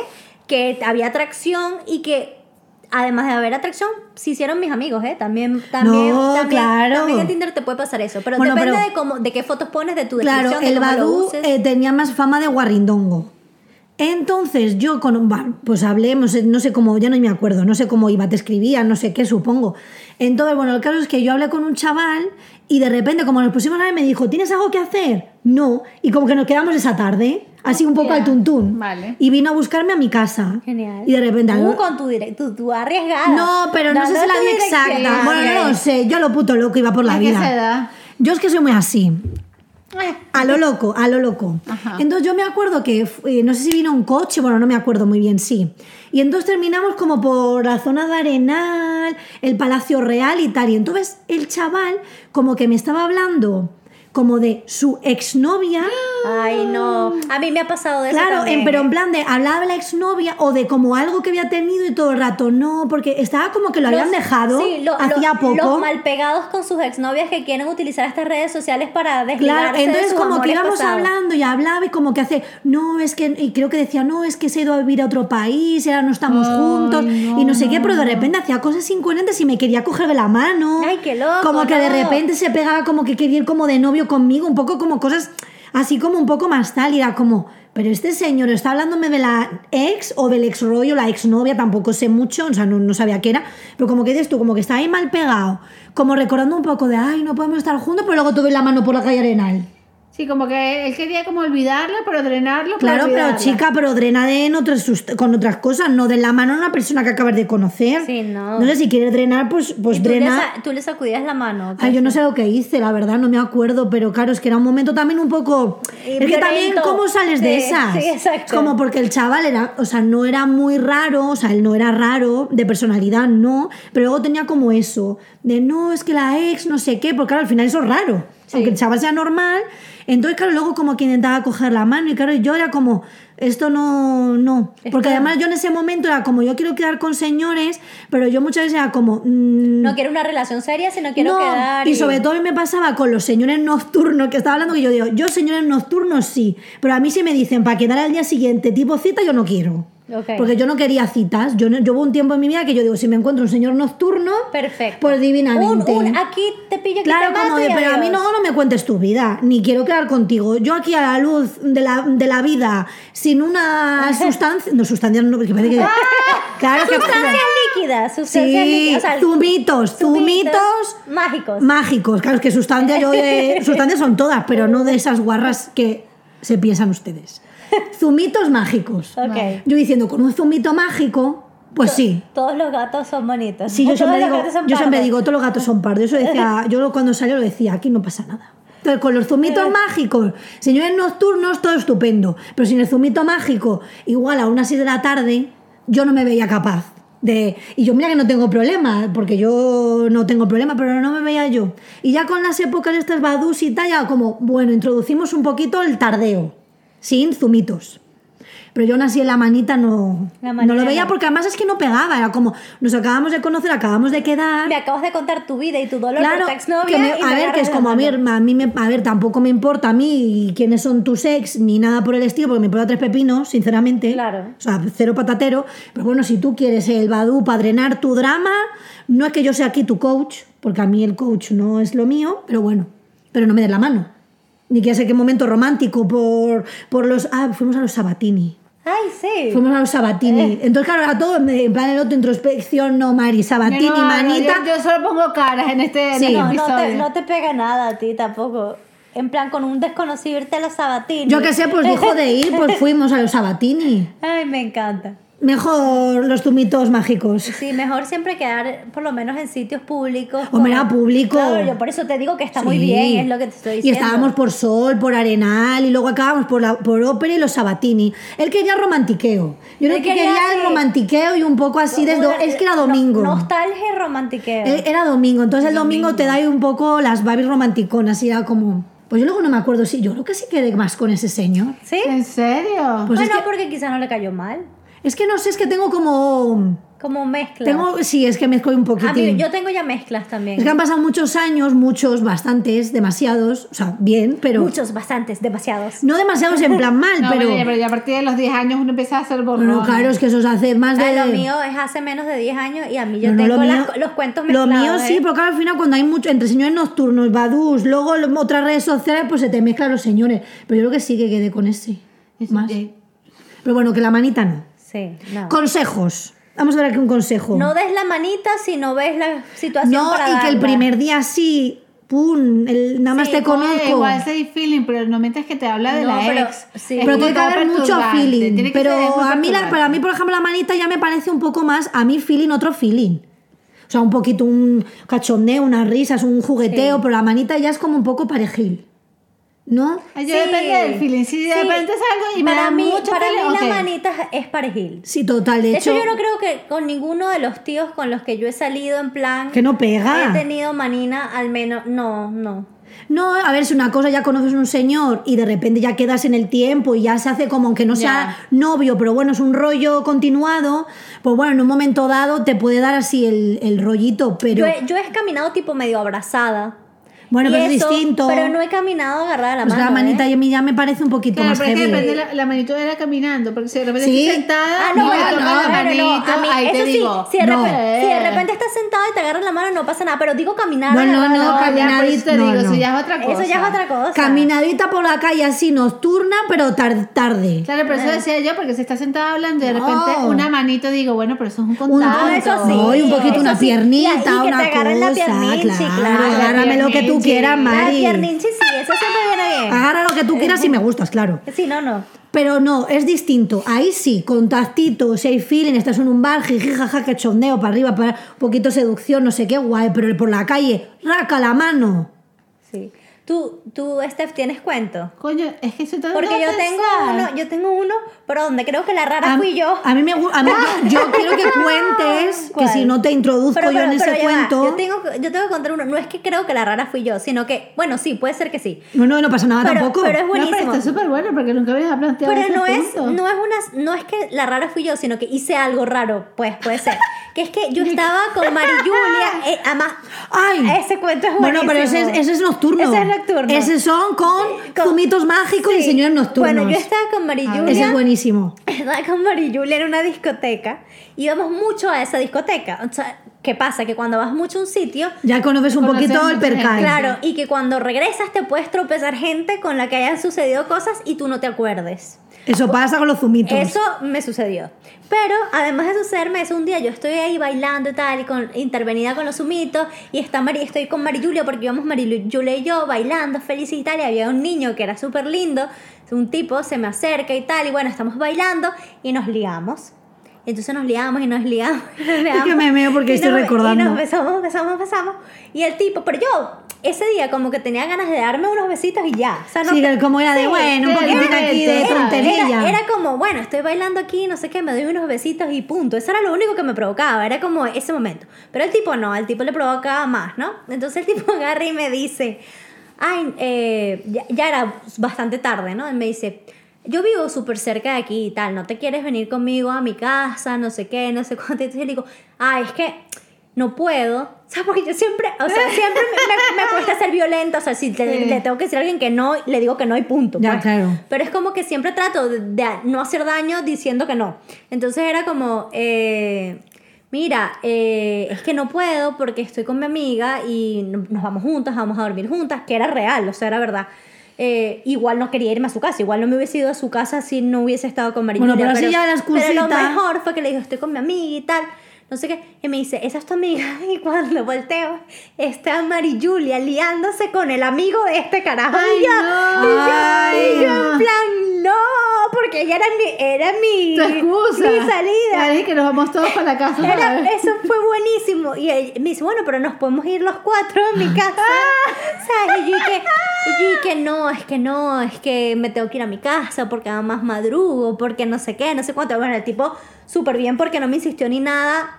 C: que había atracción y que además de haber atracción, se hicieron mis amigos, ¿eh? También, también,
A: No,
C: también,
A: claro.
C: también en Tinder te puede pasar eso. Pero
A: Bueno,
C: depende
A: pero-
C: de cómo, de qué fotos pones, de tu descripción,
A: Claro,
C: de
A: el
C: cómo lo
A: Badú
C: uses.
A: eh, tenía más fama de guarrindongo. Entonces yo con bah, pues hablemos, no sé cómo, ya no me acuerdo, no sé cómo iba, te escribía, no sé qué, supongo. Entonces, bueno, el caso es que yo hablé con un chaval y de repente, como nos pusimos a hablar, me dijo, ¿tienes algo que hacer? No. Y como que nos quedamos esa tarde, así un poco
B: Hostia.
A: al tuntún.
B: Vale.
A: Y vino a buscarme a mi casa.
C: Genial.
A: Y de repente...
C: Tú
A: algo-
C: con tu directo, tú arriesgada.
A: No, pero no, sé
C: Dando
A: si la
C: tu
A: vi
C: dirección.
A: exacta. Bueno, no lo sé, yo a lo puto loco iba por la
B: ¿A qué se
A: vida.
B: da?
A: Yo es que soy muy así.
B: Eh,
A: A lo loco, a lo loco.
B: Ajá.
A: Entonces yo me acuerdo que, fu- eh, no sé si vino un coche, bueno, no me acuerdo muy bien, sí. Y entonces terminamos como por la zona de Arenal, el Palacio Real y tal. Y entonces el chaval como que me estaba hablando como de su exnovia.
C: Ay, no. A mí me ha pasado de eso
A: Claro,
C: Ah, también,
A: en, pero
C: ¿eh?
A: en plan de hablaba de la exnovia o de como algo que había tenido y todo el rato no, porque estaba como que lo habían
C: Los-
A: dejado
C: sí, lo-
A: hacía
C: lo-
A: poco.
C: Los malpegados con sus exnovias que quieren utilizar estas redes sociales para desligarse
A: Claro,
C: de
A: entonces
C: sus
A: como que
C: amores
A: íbamos
C: pasados.
A: hablando y hablaba y como que hace, no, es que, y creo que decía, no, es que se ha ido a vivir a otro país, y ahora no estamos
B: Ay,
A: juntos,
B: no,
A: y no sé qué,
B: no,
A: pero de repente hacía cosas incoherentes y me quería coger de la mano.
C: Ah. Ay, qué loco,
A: Como que de
C: no.
A: repente se pegaba como que quería ir como de novio conmigo, un poco como cosas así como un poco más tal, y era como, pero este señor está hablándome de la ex o del ex rollo, la ex novia, tampoco sé mucho, o sea, no, no sabía qué era, pero como que dices tú, como que está ahí mal pegado, como recordando un poco de, ay, no podemos estar juntos, pero luego te doy la mano por la calle Arenal.
B: Sí, como que él quería como olvidarlo, pero drenarlo. para
A: Claro, pero
B: olvidarla.
A: chica, pero drena en otras sust- con otras cosas, no de la mano a una persona que acabas de conocer.
C: Sí, no.
A: No sé si quieres drenar, pues, pues
C: Y tú, le
A: drena.
C: sa- tú le sacudías la mano. ¿ok?
A: Ay, yo no sé lo que hice, la verdad, no me acuerdo, pero claro, es que era un momento también un poco...
C: Y
A: es que también,
C: Eh, violento.
A: ¿cómo sales de
C: Sí,
A: esas?
C: sí, exacto.
A: Como porque el chaval era, o sea, no era muy raro, o sea, él no era raro, de personalidad no, pero luego tenía como eso, de no, es que la ex, no sé qué, porque claro, al final eso es raro, aunque el chaval sea normal, entonces claro, luego como que intentaba coger la mano y claro, yo era como... Esto no, no. Porque además yo en ese momento era como, yo quiero quedar con señores, pero yo muchas veces era como, mm,
C: No quiero una relación seria, sino quiero
A: no,
C: quedar.
A: Y sobre todo a mí me pasaba con los señores nocturnos que estaba hablando, que yo digo, yo señores nocturnos sí, pero a mí si me dicen para quedar al día siguiente tipo cita, yo no quiero.
C: Ok.
A: Porque yo no quería citas. Yo, no- yo hubo un tiempo en mi vida que yo digo, si me encuentro un señor nocturno,
C: Perfecto.
A: pues divinamente.
C: Un, un aquí te pillo, aquí
A: Claro,
C: te mato
A: como de,
C: y
A: pero a mí
C: adiós".
A: no, no me cuentes tu vida, ni quiero quedar contigo. Yo aquí a la luz de la, de la vida, sin una sustancia, no, sustancia no, porque parece que... Claro que...
C: Ah, Sustancias líquidas, sustancias
A: Sí,
C: líquidas. o sea,
A: zumitos, zumitos,
C: Mágicos.
A: Mágicos, claro, es que sustancias yo de- sustancias son todas, pero no de esas guarras que se piensan ustedes. Zumitos mágicos.
C: Ok.
A: Yo diciendo, con un zumito mágico, pues sí.
C: Todos los gatos son bonitos.
A: Sí, yo
C: Todos
A: siempre,
C: los
A: digo,
C: gatos son
A: yo siempre
C: pardos.
A: digo, todos los gatos son pardos. Eso decía, yo cuando salió lo decía, aquí no pasa nada. Entonces, con los zumitos mágicos, señores nocturnos, todo estupendo. Pero sin el zumito mágico, igual a unas 6 de la tarde, yo no me veía capaz. De, y yo, mira que no tengo problema, porque yo no tengo problema, pero no me veía yo. Y ya con las épocas estas badús y tal, ya como, bueno, introducimos un poquito el tardeo, sin zumitos. Pero yo aún así en la manita no,
C: La
A: no lo
C: manita
A: veía
C: no.
A: porque además es que no pegaba, era como nos acabamos de conocer, acabamos de quedar.
C: Me acabas de contar tu vida y tu dolor
A: Claro,
C: por tu exnovia.
A: que me-
C: y
A: a
C: me
A: ver, que
C: agarras
A: es
C: la
A: como a mí,
C: mano.
A: a mí me- a ver, tampoco me importa a mí quiénes son tus ex ni nada por el estilo, porque me importa tres pepinos, sinceramente.
C: Claro.
A: O sea, cero patatero. Pero bueno, si tú quieres el Badú para drenar tu drama, no es que yo sea aquí tu coach, porque a mí el coach no es lo mío, pero bueno, pero no me des la mano. Ni que sé qué momento romántico por, por los... Ah, fuimos a los Sabatini.
C: Ay, sí.
A: Fuimos a los
C: Eh.
A: Sabatini. Entonces, claro, era todo en plan el otro, introspección, no, Mari,
B: Yo
A: Sabatini,
B: no hablo,
A: manita.
B: Yo, yo solo pongo caras en este, en
A: Sí.
B: este
C: No, no te,
B: episodio.
C: no te pega nada a ti tampoco. En plan, con un desconocido irte a los sabatines.
A: Yo qué sé, pues dijo de ir, pues fuimos a los Sabatini.
C: Ay, me encanta.
A: Mejor los tumitos mágicos.
C: Sí, mejor siempre quedar por lo menos en sitios públicos.
A: Hombre,
C: como-
A: a público.
C: Claro, yo por eso te digo que está muy
A: Sí.
C: bien, es lo que te estoy
A: Y
C: diciendo.
A: estábamos por Sol, por Arenal, y luego acabamos por, la- por Ópera y los Sabatini. Él quería romantiqueo. Yo creo
C: Él
A: que
C: quería,
A: quería el
C: sí.
A: romantiqueo y un poco así de...
C: Una-
A: Es que era
C: no-
A: domingo.
C: nostalgia y romantiqueo.
A: Eh, Era domingo, entonces el domingo te da ahí un poco las babis romanticonas y era como... Pues yo luego no me acuerdo si... Yo creo que sí quedé más con ese señor.
C: ¿Sí?
B: ¿En serio?
A: Pues
C: bueno,
A: es que-
C: porque quizás no le cayó mal.
A: Es que no sé, es que tengo como...
C: Como mezcla.
A: Tengo... Sí, es que mezclo un poquitín.
C: A mí, yo tengo ya mezclas
A: Es
C: también.
A: que han pasado muchos años, muchos, bastantes, demasiados, o sea, bien, pero...
C: Muchos, bastantes, demasiados.
A: No demasiados en plan mal,
B: No,
A: pero...
B: bueno, ya, pero ya a partir de los 10 años uno empieza a hacer borrón.
A: Bueno, claro, es que eso es hacer más de...
C: Ah, lo mío es hace menos de 10 años y a mí yo
A: No, no,
C: tengo
A: lo
C: las-
A: mío-
C: los cuentos
A: Lo
C: mezclados.
A: mío sí,
C: ¿eh?
A: porque claro, al final cuando hay mucho, entre señores nocturnos, badús, luego lo- otras redes sociales, pues se te mezclan los señores. Pero yo creo que sí que quedé con ese.
B: Es-
A: Más.
B: eh,
A: Pero bueno, que la manita no.
C: Sí, no.
A: Consejos. Vamos a ver aquí un consejo.
C: No des la manita si no ves la situación
A: No,
C: para
A: y que el
C: darla.
A: primer día sí, pum, el, nada más
B: sí,
A: te
B: como
A: conozco.
B: Igual ese feeling, pero no mientras que te habla de
C: No,
B: la
C: pero-
B: ex.
C: sí.
B: Es
A: Pero
B: muy
A: tiene que haber mucho
B: perturbante, tiene
A: feeling.
B: que
A: Pero
B: ser- es muy
A: a mí, la-
B: perturbante.
A: para mí, por ejemplo, la manita ya me parece un poco más, a mí feeling, otro feeling. O sea, un poquito un cachondeo, unas risas, un jugueteo, pero la manita ya es como un poco parejil. ¿No?
B: Ay, Yo depende del feeling. Si de
C: Sí.
B: repente salgo y me
C: Para
B: da
C: mí,
B: mucho
C: Para
B: feeling,
C: mí
B: ok.
C: la manita es parejil.
A: Sí, total. De,
C: De hecho,
A: hecho,
C: yo no creo que con ninguno de los tíos con los que yo he salido en plan...
A: que no pega.
C: He tenido manina, al menos... No, no.
A: No, a ver, si una cosa ya conoces un señor y de repente ya quedas en el tiempo y ya se hace como aunque no sea novio, pero bueno, es un rollo continuado, pues bueno, en un momento dado te puede dar así el, el rollito, pero
C: Yo he, yo he caminado tipo medio abrazada.
A: bueno,
C: Y
A: pero es
C: eso,
A: distinto.
C: Pero no he caminado agarrada de la
A: Pues
C: mano.
A: la manita
C: ¿eh?
A: y a mí ya me parece un poquito
B: Claro,
A: más
B: pero es que
A: heavy.
B: depende la, la manito era caminando, porque si de repente
A: Sí.
B: estoy sentada,
C: Ah, no,
B: me
C: bueno,
B: toca
C: no,
B: la
C: bueno, no,
B: manito,
C: a mí,
B: ahí
C: eso
B: te
C: sí,
B: digo.
C: si de,
A: no. Eh.
C: repente, si de repente estás sentada y te agarras la mano, no pasa nada, pero digo caminar.
A: No, no,
C: agarrar la
A: no,
C: mano.
B: No, ya, por eso te
A: no,
B: digo,
A: no.
B: eso ya es otra cosa.
C: Eso ya es otra cosa.
A: Caminadita por la calle así nocturna, pero tar- tarde.
B: Claro, pero eso decía yo, porque si está sentada hablando y de repente
A: No.
B: una manito digo, bueno, pero eso es un
A: Un,
B: contacto.
C: Ah, eso sí.
A: No, y un poquito
C: Eso
A: una
C: sí.
A: piernita,
C: Y que te
A: una
C: agarren la
A: cosa.
C: pierninchi,
A: claro,
C: claro, la
A: agárrame lo que tú
B: pierninchi.
A: quieras,
C: La
A: Mari.
C: pierninchi sí, eso siempre viene bien.
A: Agarra lo que tú quieras y me gustas, claro.
C: Sí, no, no.
A: Pero no, es distinto. Ahí sí, contactito, si hay feeling, estás en un bar, jiji, jaja, que chondeo para arriba, para un poquito seducción, no sé qué, guay, pero por la calle, raca la mano.
C: Sí. Tú, tú, Steph, ¿tienes cuento?
B: Coño, es que estoy tratando
C: Porque
B: de
C: yo tengo
B: pensar.
C: uno, yo tengo uno, pero donde creo que la rara
A: A-
C: fui yo.
A: A mí me gu- a mí- yo, yo quiero que cuentes, que
C: ¿Cuál?
A: si no te introduzco yo en ese
C: ya va,
A: cuento.
C: Yo tengo, que- yo tengo que contar uno. No es que creo que la rara fui yo, sino que, bueno, sí, puede ser que sí.
A: No, no, no pasa nada
C: Pero,
A: tampoco.
C: pero es
B: No, pero
C: buenísimo.
B: está súper bueno porque nunca habías planteado
C: Pero
B: ese
C: no es,
B: punto.
C: no es una, no es que la rara fui yo, sino que hice algo raro, pues puede ser. Que es que yo estaba con Mari Julia, eh, además,
A: Ay.
C: ese cuento es
A: bueno,
C: buenísimo.
A: pero ese, es- ese es nocturno.
C: Ese es nocturno.
A: Ese son con,
C: Con-
A: zumitos mágicos y
C: Sí.
A: señores nocturnos. Ah,
C: Bueno, yo estaba con Mari Julia.
A: Ese es buenísimo.
C: Estaba con Mari Julia en una discoteca. Íbamos mucho a esa discoteca. O sea, ¿qué pasa? Que cuando vas mucho a un sitio,
A: Ya conoces un
B: Conoces
A: poquito el
B: mucha gente.
A: percal.
C: claro, y que cuando regresas te puedes tropezar gente con la que hayan sucedido cosas y tú no te acuerdes.
A: Eso pasa con los zumitos.
C: Eso me sucedió. Pero además de sucederme eso, un día yo estoy ahí bailando y tal, y con, intervenida con los sumitos, y está Mari, estoy con Mari Julia porque íbamos Mari Lu- Julia y yo bailando, feliz y tal, y había un niño que era súper lindo, un tipo se me acerca y tal, y bueno, estamos bailando y nos liamos. Y entonces nos liamos y nos liamos. y nos liamos.
A: que me meo porque
C: Y
A: estoy
C: nos-
A: recordando.
C: Y nos besamos, besamos, besamos. Y el tipo, pero yo ese día como que tenía ganas de darme unos besitos y ya. O sea, no
A: Sí,
C: te-
A: como era de,
C: Sí,
A: bueno, un
B: sí,
A: poquitín aquí de
B: era-
A: tontería.
C: era, era como, bueno, estoy bailando aquí, no sé qué, me doy unos besitos y punto. Eso era lo único que me provocaba, era como ese momento. Pero el tipo no, el tipo le provocaba más, ¿no? Entonces el tipo agarra y me dice, ay, eh, ya, ya era bastante tarde, ¿no? Él me dice, yo vivo súper cerca de aquí y tal, ¿no te quieres venir conmigo a mi casa, no sé qué, no sé cuánto? Entonces yo le digo, ay, es que no puedo. O sea, porque yo siempre, o sea, siempre me, me- me cuesta ser violenta. O sea, si te-
B: Sí.
C: le tengo que decir a alguien que no, le digo que no y punto. pues.
A: Ya, claro.
C: Pero es como que siempre trato de, de no hacer daño diciendo que no. Entonces era como, eh, mira, eh, es que no puedo porque estoy con mi amiga y no- nos vamos juntas, vamos a dormir juntas, que era real, o sea, era verdad. Eh, igual no quería irme a su casa, igual no me hubiese ido a su casa si no hubiese estado con María
A: Bueno,
C: Julia,
A: pero así ya la
C: Pero lo
A: excusita.
C: mejor fue que le dijo, estoy con mi amiga y tal. No sé qué, y me dice, esa es tu amiga. Y cuando volteo, está Mari Julia liándose con el amigo de este carajo.
B: Ay,
C: Y yo-
B: no.
C: y yo- y yo en
A: Ay.
C: plan, no, porque ella era mi, era mi,
B: Tu excusa.
C: mi salida.
B: Dale, que nos vamos todos para la casa.
C: Era-
B: ¿sabes?
C: eso fue buenísimo. Y él me dice, bueno, pero nos podemos ir los cuatro a mi casa. ¿Sabes? Y yo dije, que no, es que no, es que me tengo que ir a mi casa porque además madrugo, porque no sé qué, no sé cuánto. Bueno, el tipo súper bien porque no me insistió ni nada.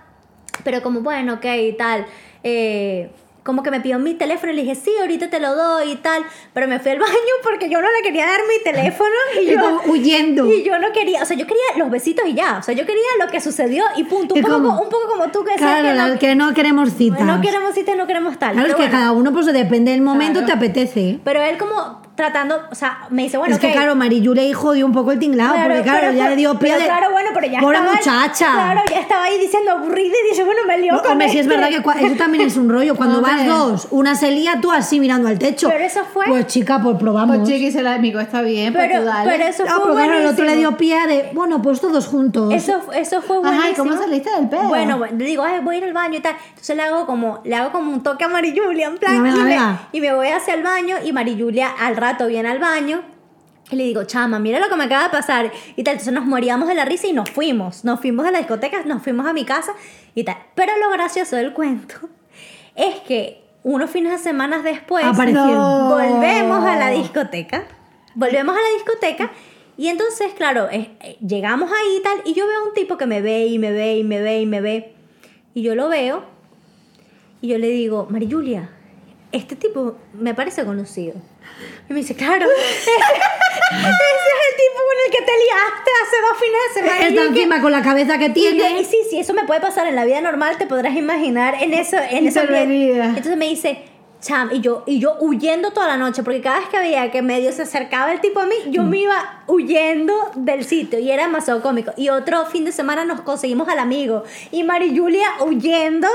C: Pero como, bueno, ok, y tal. Eh, como que me pidió mi teléfono y le dije, sí, ahorita te lo doy y tal. Pero me fui al baño porque yo no le quería dar mi teléfono. Y
B: Y
C: yo,
B: como huyendo.
C: y yo no quería, o sea, yo quería los besitos y ya. O sea, yo quería lo que sucedió y punto. Un,
A: ¿Y
C: poco,
A: cómo?
C: co- un poco como tú que decías
A: Claro, la-
C: que
A: que no queremos
C: no,
A: citas.
C: no queremos cita, no queremos tal.
A: Claro, es
C: pero,
A: que
C: bueno.
A: cada uno, pues depende del momento, te apetece. ¿eh?
C: Pero él como tratando, o sea, me dice, bueno,
A: es que
C: ok,
A: claro, Mariyu le jodió un poco el tinglado, porque claro,
C: pero-
A: ya le dio pie
C: pero
A: de-
C: Claro, bueno, pero ya
A: Pobre
C: estaba-
A: muchacha.
C: Claro, ya estaba ahí diciendo aburrida y dice, bueno, me lió
A: No,
C: con
A: hombre, sí es
C: este.
A: verdad que cua- eso también es un rollo. Cuando vas
B: Hombre.
A: dos, una se lía, tú así mirando al techo.
C: Pero eso fue-
A: Pues chica, pues probamos.
B: Pues chiqui, se la amigo, está bien, pero,
C: Pero,
B: tú dale.
C: pero eso
A: Ah,
C: fue
A: pero claro, el otro le
C: buenísimo.
A: dio pie de, bueno, pues todos juntos.
C: Eso, eso fue buenísimo.
B: Ajá, ¿y cómo saliste del pedo?
C: Bueno, bueno, le digo, ay, voy a ir al baño y tal. Entonces le hago como, le hago como un toque a Mari Julia, en plan,
A: Venga,
C: y, me,
A: venga.
C: y me voy hacia el baño y Mari Julia al rato viene al baño. Y le digo, chama, mira lo que me acaba de pasar. Y tal, entonces nos moríamos de la risa y nos fuimos. Nos fuimos de la discoteca, nos fuimos a mi casa y tal. Pero lo gracioso del cuento es que unos fines de semana después
A: Aparecieron.
B: No.
C: Pues, volvemos a la discoteca. Volvemos a la discoteca. Y entonces, claro, es- eh, llegamos ahí y tal. Y yo veo a un tipo que me ve y me ve y me ve y me ve. Y yo lo veo. Y yo le digo, Mari Julia, este tipo me parece conocido. Y me dice, claro. ese es el tipo con el que te liaste hace dos fines de semana. Y
A: Está
C: yo, ¿qué?
A: encima con la cabeza que
C: Y yo,
A: tiene.
C: y sí, sí, eso me puede pasar en la vida normal, te podrás imaginar en eso, en eso.
B: Intervenida.
C: Entonces me dice, cham, y yo, y yo huyendo toda la noche, porque cada vez que veía que medio se acercaba el tipo a mí, yo me iba huyendo del sitio y era demasiado cómico. Y otro fin de semana nos conseguimos al amigo y Mari Julia huyendo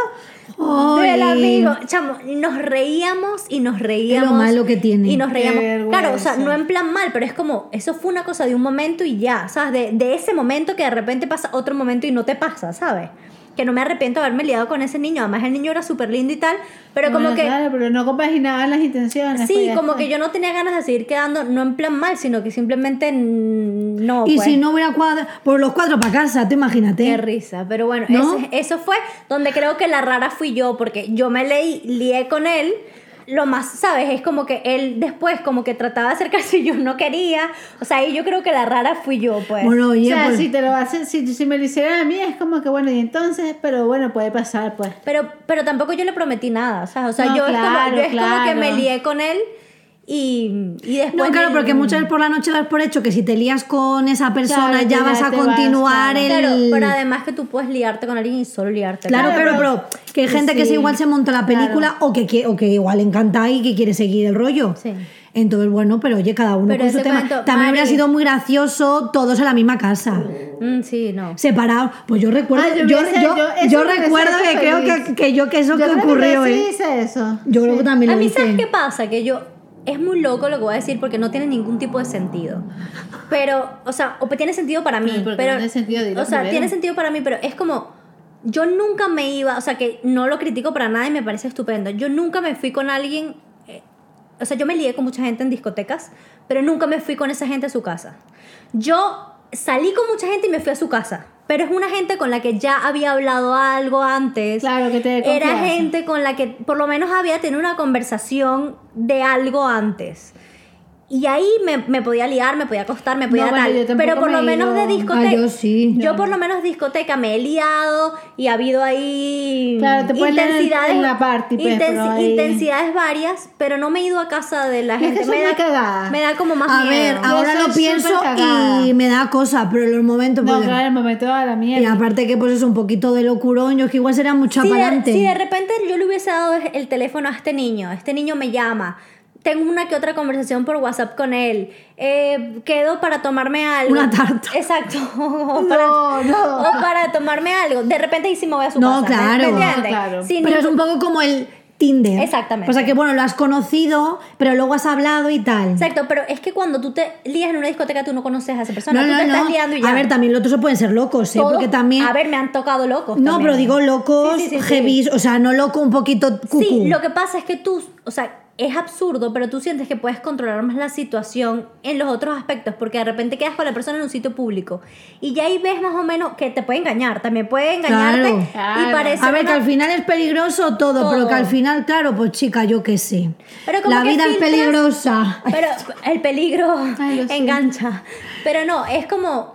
A: Ay.
C: del amigo. Chamo, y nos reíamos y nos reíamos.
A: malo que tiene.
C: Y nos reíamos. Claro, o sea,
B: vergüenza.
C: no en plan mal, pero es como, eso fue una cosa de un momento y ya, ¿sabes? De, de ese momento que de repente pasa otro momento y no te pasa, ¿sabes? Que no me arrepiento de haberme liado con ese niño, además el niño era súper lindo y tal, pero como
B: Bueno,
C: que...
B: Claro, pero no compaginaban las intenciones. pues
C: Sí, como que yo no tenía ganas de seguir quedando, no en plan mal, sino que simplemente mm, no.
B: Oh,
A: Y
C: pues.
A: si no hubiera cuadra, por los cuatro para casa, tú imagínate.
C: Qué risa, pero bueno,
A: ¿No?
C: ese- eso fue donde creo que la rara fui yo, porque yo me leí, lié con él, lo más, ¿sabes? Es como que él después como que trataba de acercarse y yo no quería, o sea, ahí yo creo que la rara fui yo, pues.
A: Bueno,
B: O
A: oye,
B: sea,
A: pues,
B: si te lo hacen, si, si me lo hicieran a mí, es como que bueno, y entonces, pero bueno, puede pasar, pues.
C: pero, pero tampoco yo le prometí nada, ¿sabes? O sea,
B: No,
C: yo, es, como,
B: claro,
C: yo es como que
B: claro.
C: me lié con él y, y después...
A: No, claro,
C: él-
A: porque muchas veces por la noche das por hecho que si te lías con esa persona
B: Claro,
A: ya
B: que
A: vas
B: ya
A: a
B: te vas,
A: continuar
B: claro.
A: el...
C: Claro, pero además que tú puedes liarte con alguien y solo liarte.
A: Claro,
B: Claro,
A: pero,
B: pero-
A: pero que hay gente que
B: sí,
A: se igual se monta la película o, que, quie- o que igual le encanta y que quiere seguir el rollo.
C: Sí.
A: Entonces, bueno, pero oye, cada uno
C: Pero
A: con su
C: ese
A: tema.
C: cuento,
A: También habría
C: Mari.
A: sido muy gracioso todos en la misma casa.
C: Mm, sí, no.
A: Separados. Pues yo recuerdo,
B: Ah, yo
A: yo,
B: hubiese-
A: yo-
B: yo- eso
A: yo
B: me
A: recuerdo
B: hubiese
A: que
B: hecho
A: creo
B: feliz.
A: que, que yo que eso
B: Yo
A: que
B: creo
A: ocurrió,
B: que sí
A: ¿eh?
B: hice eso.
A: Yo creo que también
C: A
A: lo
C: mí, ¿sabes qué
A: hice.
C: pasa? Que yo. Es muy loco lo que voy a decir porque no tiene ningún tipo de sentido. Pero, o sea, o tiene sentido para mí.
B: Ay, porque
C: pero,
B: no tiene sentido, dilo
C: O sea,
B: primero.
C: tiene sentido para mí, pero es como. Yo nunca me iba, o sea, que no lo critico para nada y me parece estupendo. Yo nunca me fui con alguien. eh, o sea, yo me lié con mucha gente en discotecas, pero nunca me fui con esa gente a su casa. Yo salí con mucha gente y me fui a su casa. Pero es una gente con la que ya había hablado algo antes.
B: Claro, que te dé
C: Era
B: confianza.
C: gente gente con la que por lo menos había tenido una conversación de algo antes. Y ahí me, me podía liar, me podía acostar, me podía
B: No, bueno,
C: tal.
B: yo tampoco
C: pero por
B: me
C: lo
B: he
C: menos de
B: ido.
C: discoteca.
A: Ah, yo sí.
C: yo por lo menos discoteca me he liado y ha habido ahí
B: Claro, te puedes liar en- en la party, pues,
C: intensi-
B: pero ahí-
C: intensidades varias, pero no me he ido a casa de la
B: Es que
C: gente.
B: soy
C: me,
B: muy
C: da,
B: cagada.
C: me da como más
A: A ver,
C: miedo.
A: ahora
B: soy
A: lo
B: súper
A: pienso
B: cagada.
A: y me da cosa, pero en los momentos.
B: No,
A: pues,
B: claro, el momento de la
A: Y
B: mierda.
A: aparte que pues es un poquito de locurón, yo es que igual será mucho
C: si, de,
A: apalante.
C: si de repente yo le hubiese dado el teléfono a este niño, este niño me llama, tengo una que otra conversación por WhatsApp con él, eh, quedo para tomarme algo.
A: Una tarta.
C: Exacto. O para,
B: No, no.
C: o para tomarme algo. De repente y si me voy a su
A: No,
C: casa. ¿me-
A: claro.
C: ¿Me, entiendes?
B: No, claro.
C: Sin
A: Pero es
C: ningún-
A: un poco como el Tinder.
C: Exactamente.
A: O sea que bueno, lo has conocido, pero luego has hablado y tal.
C: Exacto, pero es que cuando tú te lías en una discoteca, tú no conoces a esa persona.
A: no,
C: tú
A: no,
C: te estás
A: no.
C: liando y ya.
A: A ver, también los otros pueden ser locos, ¿eh?
C: Todo-
A: Porque también...
C: A ver, me han tocado locos.
A: no,
C: también.
A: pero digo locos,
C: Sí, sí, sí, sí.
A: heavy, o sea, no loco un poquito cucú.
C: Sí, lo que pasa es que tú, o sea, es absurdo, pero tú sientes que puedes controlar más la situación en los otros aspectos, porque de repente quedas con la persona en un sitio público y ya ahí ves más o menos que te puede engañar, también puede engañarte
A: Claro.
C: y
B: Claro.
C: parece
A: A ver, que
C: una-
A: al final es peligroso todo, pero
C: Todo.
A: que al final, claro, pues chica, yo qué sé.
C: Pero como
A: la
C: que
A: vida
C: filtras-
A: es peligrosa.
C: Pero el peligro
B: Ay, lo siento.
C: engancha. Pero no, es como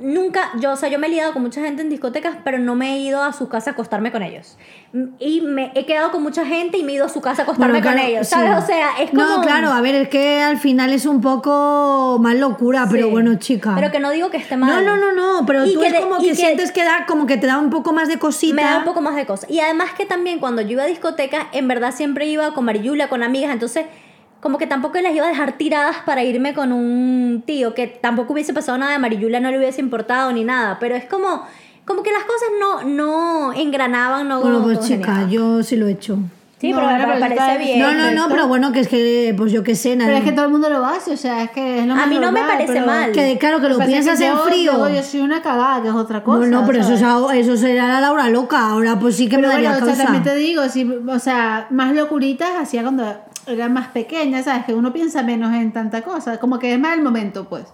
C: nunca, yo, o sea, yo me he liado con mucha gente en discotecas, pero no me he ido a su casa a acostarme con ellos. M- Y me he quedado con mucha gente y me he ido a su casa a acostarme
A: Bueno,
C: con
A: claro,
C: ellos,
A: sí.
C: ¿sabes? O sea, es como
A: No, claro, a ver, es que al final es un poco más locura, pero
C: Sí.
A: bueno, chica.
C: Pero que no digo que esté
A: no,
C: mal.
A: no, no, no, pero
C: Y
A: tú
C: que
A: es
C: de-
A: como
C: y
A: que, sientes que da, como que te da un poco más de cosita.
C: Me da un poco más de cosas. Y además que también cuando yo iba a discotecas, en verdad siempre iba a comer yula con amigas, entonces como que tampoco las iba a dejar tiradas para irme con un tío, que tampoco hubiese pasado nada de mariyula, no le hubiese importado ni nada, pero es como, como que las cosas no, no engranaban, no...
A: Bueno,
C: no
A: pues chica,
C: congeniaban.
A: yo sí lo he hecho.
C: Sí,
B: No,
C: pero
B: ahora
C: me
B: pero
C: parece
B: está-
C: bien.
A: No, no, no,
B: esto-
A: pero bueno, que es que, pues yo qué sé,
B: Pero
A: nadie.
B: es que todo el mundo lo hace, o sea, es que es lo
C: A
B: más
C: mí no me
B: normal,
C: parece
B: pero-
C: mal.
A: Que de- claro, que lo
B: Pasa
A: piensas
B: que
A: en
B: yo-
A: frío.
B: luego yo soy una cagada, que es otra cosa.
A: No, no, pero eso,
B: ¿sabes?
A: es- eso será la Laura loca. Ahora pues sí que
B: Pero
A: me daría
B: bueno, o sea,
A: causa.
B: también te digo, sí, o sea, más locuritas hacía cuando era más pequeña, ¿sabes? Que uno piensa menos en tanta cosa, como que es más el momento, pues.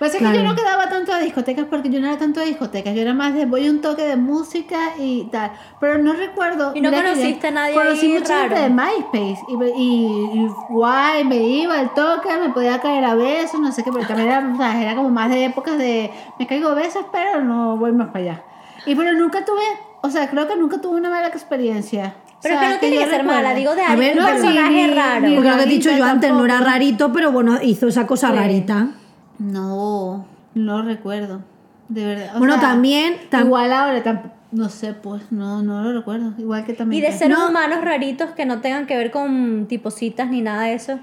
B: Pues es que
A: Claro.
B: yo no quedaba tanto a discotecas porque yo no era tanto a discotecas, yo era más de voy a un toque de música y tal. Pero no recuerdo.
C: Y no
B: mira que ya-
C: conociste a nadie
B: Conocí
C: ahí
B: mucha gente
C: raro.
B: de MySpace y, y, y guay, me iba al toque, me podía caer a besos, no sé qué, pero también era, o sea, era como más de épocas de me caigo a besos, pero no voy más para allá. Y pero nunca tuve, o sea, creo que nunca tuve una mala experiencia.
C: Pero
B: O
C: es
B: sea,
C: que no tiene
B: yo
C: que ser mala,
B: recuerde.
C: digo de
A: A ver,
C: alguien, un
A: no,
C: personaje
B: ni- ni-
C: raro.
B: ni-
A: Porque lo que he dicho yo
B: Rarita
A: antes no era
B: tampoco.
A: rarito, pero bueno, hizo esa cosa
C: Sí.
A: rarita.
B: No, no recuerdo. De verdad. o
A: Bueno,
B: sea,
A: también, tam-
B: Igual ahora, tam- no sé, pues no, no lo recuerdo. Igual que
C: Y
B: también.
C: de
B: ya.
C: seres humanos raritos que no tengan que ver con tipositas ni nada de eso.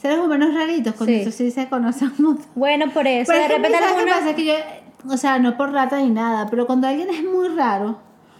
B: Seres humanos raritos, con
C: Sí.
B: eso sí se conocen un montón.
C: Bueno, por eso.
B: Pero
C: de
B: es que a mí,
C: repente
B: ¿sabes Pues, qué
C: algunos-
B: pasa? Es que yo, o sea, no por rata ni nada, pero cuando alguien es muy raro,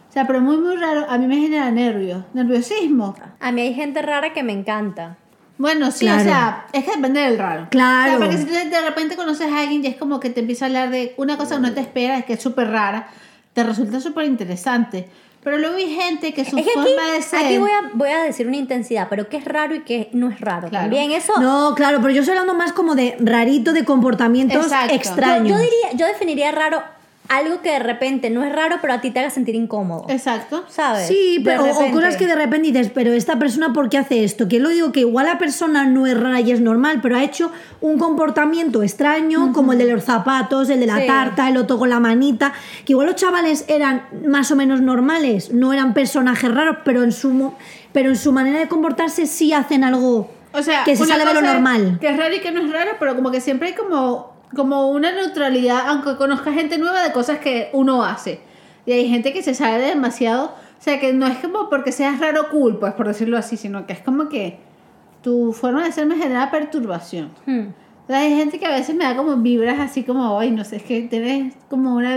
B: o sea, pero muy, muy raro, a mí me genera nervios, nerviosismo.
C: A mí hay gente rara que me encanta.
B: Bueno, sí,
A: Claro.
B: o sea, es que depende del raro.
A: Claro.
B: O sea, porque si tú de de repente conoces a alguien y es como que te empieza a hablar de una cosa que no te esperas, que es súper rara, te resulta súper interesante. Pero luego hay gente que su
C: es que
B: forma de
C: aquí,
B: ser...
C: aquí voy, a, voy a decir una intensidad, pero qué es raro y qué no es raro.
B: Claro.
C: También eso.
A: No, claro, pero yo estoy hablando más como de rarito de comportamientos
B: Exacto.
A: extraños.
C: Yo, yo diría, yo definiría raro algo que de repente no es raro, pero a ti te haga sentir incómodo.
B: Exacto.
C: ¿Sabes?
A: Eh, Sí,
C: De
A: pero o- o
C: repente.
A: cosas que de repente dices, pero esta persona ¿por qué hace esto? Que lo digo que igual la persona no es rara y es normal, pero ha hecho un comportamiento extraño, como el de los zapatos, el de la
C: Sí.
A: tarta, el otro con la manita, que igual los chavales eran más o menos normales, no eran personajes raros, pero en su mo- pero en su manera de comportarse sí hacen algo
B: O sea,
A: que se
B: una
A: sale de lo
B: cosa
A: normal.
B: Que es raro y que no es raro, pero como que siempre hay como, como una neutralidad, aunque conozca gente nueva de cosas que uno hace. Y hay gente que se sale demasiado. O sea, que no es como porque seas raro cool, pues por decirlo así, sino que es como que tu forma de ser me genera perturbación.
C: Hmm.
B: O sea, hay gente que a veces me da como vibras así como, ay, no sé, es que tienes como una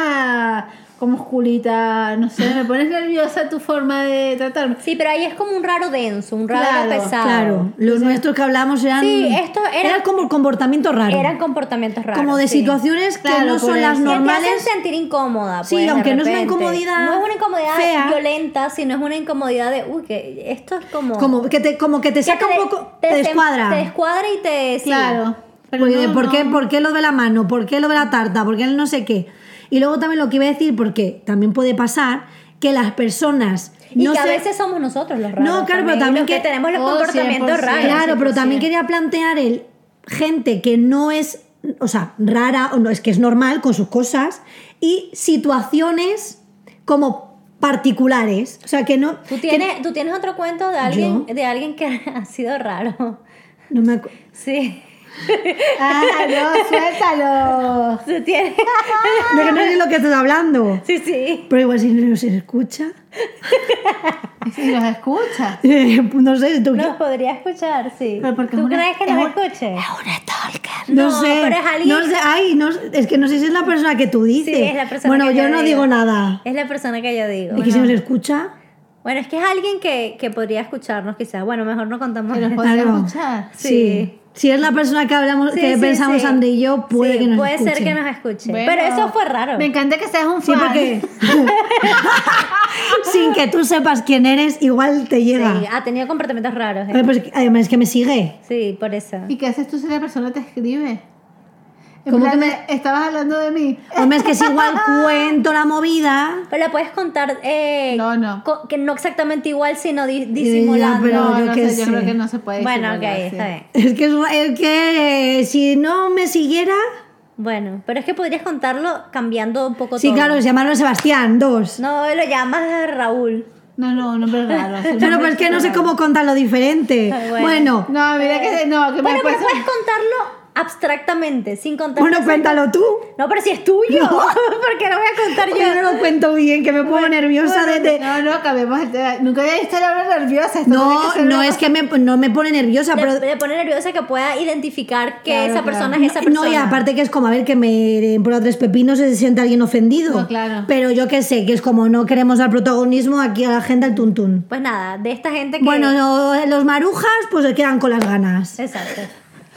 B: vibra como oscurita, no sé, me pones nerviosa tu forma de tratarme.
C: Sí, pero ahí es como un raro denso, un raro
B: Claro,
C: pesado.
A: Claro, los nuestros que hablamos eran,
C: Sí, esto era-
A: eran como comportamientos raros.
C: Eran comportamientos raros.
A: como de
C: sí.
A: situaciones que
B: Claro,
A: no
B: por
A: son las
B: eso.
C: Que te hacen
A: normales.
C: sentir incómoda.
A: Sí,
C: pues, de
A: aunque no es una
C: repente.
A: incomodidad
C: No es una incomodidad
A: fea.
C: violenta, sino es una incomodidad de, uy, que esto es como.
A: Como que te, como que te
C: que
A: saca
C: te-
A: un poco,
C: te
A: te,
C: desem-
A: descuadra.
C: Te descuadra y te. sí.
B: Claro. pero
A: Porque de
B: no,
A: ¿por, Qué,
B: no.
A: ¿Por qué lo de la mano? ¿Por qué lo de la tarta? ¿Por qué el no sé qué? Y luego también lo que iba a decir, porque también puede pasar que las personas
C: Y
A: no
C: que
A: se-
C: a veces somos nosotros los raros.
A: No, claro, pero también
C: los que,
A: que-
C: tenemos los
B: Oh,
C: comportamientos
B: 100%.
C: raros.
A: Claro, pero también
B: 100%.
A: quería plantear el gente que no es, o sea, rara, o no es que es normal con sus cosas, y situaciones como particulares. O sea, que no.
C: Tú
A: que-
C: tienes, tú tienes otro cuento de alguien, de alguien que ha sido raro.
A: no me acu-
C: Sí.
B: Ah, no, suéltalo.
C: Tú tienes.
A: no, que no sé lo que estás hablando.
C: Sí, sí.
A: Pero igual si no se escucha.
B: Y Si los escucha.
A: pues no sé, tú
C: Nos podría escuchar, sí.
B: Pero porque es
C: ¿Tú
B: una-
C: crees que
B: es
C: nos
B: una-
C: escuche?
A: No,
C: No,
A: sé.
C: pero es alguien-
A: No sé, ay, no, es que no sé si es la persona que tú dices.
C: Sí, es la persona
A: bueno,
C: que
A: yo
C: yo
A: no
C: digo.
A: digo nada.
C: Es la persona que yo digo.
A: Es que si nos escucha.
C: Bueno, es que es alguien que, que podría escucharnos, quizás. Bueno, mejor no contamos.
B: Que los
C: eso.
B: podría
A: Claro.
B: escuchar.
C: Sí.
A: Sí. Si es la persona que hablamos,
C: Sí,
A: que
C: sí,
A: pensamos
C: sí.
A: Andy y yo, puede
C: Sí,
A: que nos
C: puede ser
A: escuchen.
C: que nos escuche.
B: Bueno,
C: Pero eso fue raro.
B: Me encanta que seas un
A: Sí,
B: fan.
A: porque sin que tú sepas quién eres, igual te llega.
C: Sí, ha tenido comportamientos raros. eh.
A: Oye, pues, además es que me sigue.
C: Sí, por eso.
B: ¿Y qué haces tú si la persona te escribe? En
A: ¿Cómo
B: plan
A: que
B: de, estabas hablando de mí?
A: Hombre, es que es igual cuento la movida.
C: Pero la puedes contar eh,
B: No, no.
C: co- que no exactamente igual, sino di- disimulando.
A: pero
B: no,
A: yo
B: no
A: qué
B: sé, yo
A: sé.
B: creo que no se puede
C: bueno, ok,
B: disimular, sí.
C: está bien.
A: Es que, es, es que eh, si no me siguiera.
C: Bueno, pero es que podrías contarlo cambiando un poco
A: Sí,
C: todo.
A: claro, se llamaron Sebastián, dos.
C: No, lo llamas a Raúl.
B: No, no, un hombre raro. sí, un
A: Pero
B: hombre
A: pues es que no sé
B: raro.
A: cómo contarlo diferente.
C: Ay,
A: Bueno,
C: bueno.
B: No, mira que no, que me
C: Bueno,
B: he
C: pero
B: puesto-
C: puedes contarlo abstractamente, sin contar.
A: pues, bueno, cuéntalo tú.
C: No, pero si es tuyo. porque no voy a contar yo.
A: Yo no lo cuento bien, que me pongo nerviosa
B: Bueno,
A: desde.
B: No, no, cambiemos el tema. Nunca había visto a Laura nerviosa. esto tiene
A: No,
B: que ser
A: no
B: una-
A: es que me, no me pone nerviosa,
C: Le,
A: pero
C: le pone nerviosa que pueda identificar que
B: Claro,
C: esa
B: claro.
C: persona es esa persona.
A: No, y aparte que es como, a ver, que me den por tres pepinos y se siente alguien ofendido.
B: No, claro.
A: Pero yo qué sé, que es como no queremos dar protagonismo aquí a la gente al tuntún.
C: Pues nada, de esta gente que.
A: Bueno, no, los marujas pues se quedan con las ganas.
C: Exacto.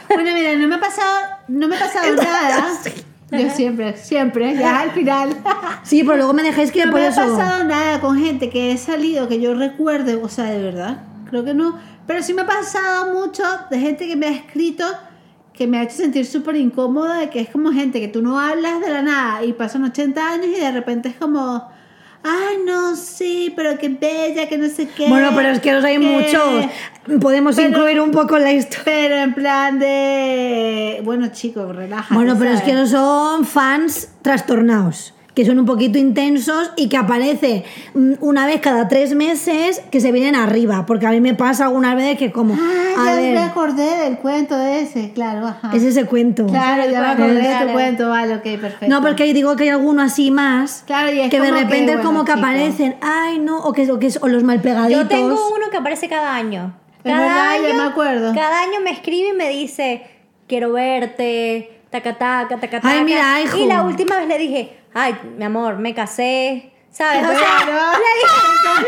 B: Bueno, mira, no me ha pasado, no me ha pasado nada. Yo siempre, siempre, ya al final.
A: Sí, pero luego me dejáis que
B: No
A: por
B: me ha
A: eso...
B: pasado nada con gente que he salido, que yo recuerde, o sea, de verdad, creo que no. Pero sí me ha pasado mucho de gente que me ha escrito que me ha hecho sentir súper incómoda, de que es como gente que tú no hablas de la nada y pasan 80 años y de repente es como, ay, no, sí, pero qué bella, que no sé qué.
A: Bueno, pero es que los hay
B: que-".
A: muchos. Podemos
B: Pero-
A: incluir un poco en la historia.
B: Pero en plan de, bueno, chicos, relájate.
A: Bueno, pero es
B: ¿sabes?
A: que no son fans trastornados, que son un poquito intensos y que aparece mm, una vez cada tres meses que se vienen arriba, porque a mí me pasa algunas veces que como...
B: Ah,
A: a
B: ya
A: ver,
B: me acordé del cuento de ese, claro, ajá.
A: es ese cuento.
B: Claro, ya me acordé de
C: Claro.
B: tu cuento, vale, ok, perfecto.
A: No, porque yo digo que hay alguno así más.
B: Claro, y es
A: que de
B: como que,
A: repente es
B: bueno,
A: como que
B: chico.
A: aparecen, ay no, o que, o que o los mal pegaditos.
C: Yo tengo uno que aparece cada año.
B: Es
C: Cada
B: verdad,
C: año,
B: ya me acuerdo.
C: Cada año me escribe y me dice, quiero verte, taca, taca, taca,
A: Ay,
C: taca".
A: mira, hijo.
C: Y la última vez le dije, ay, mi amor, me casé, ¿sabes? O sea,
B: Claro.
C: le dije,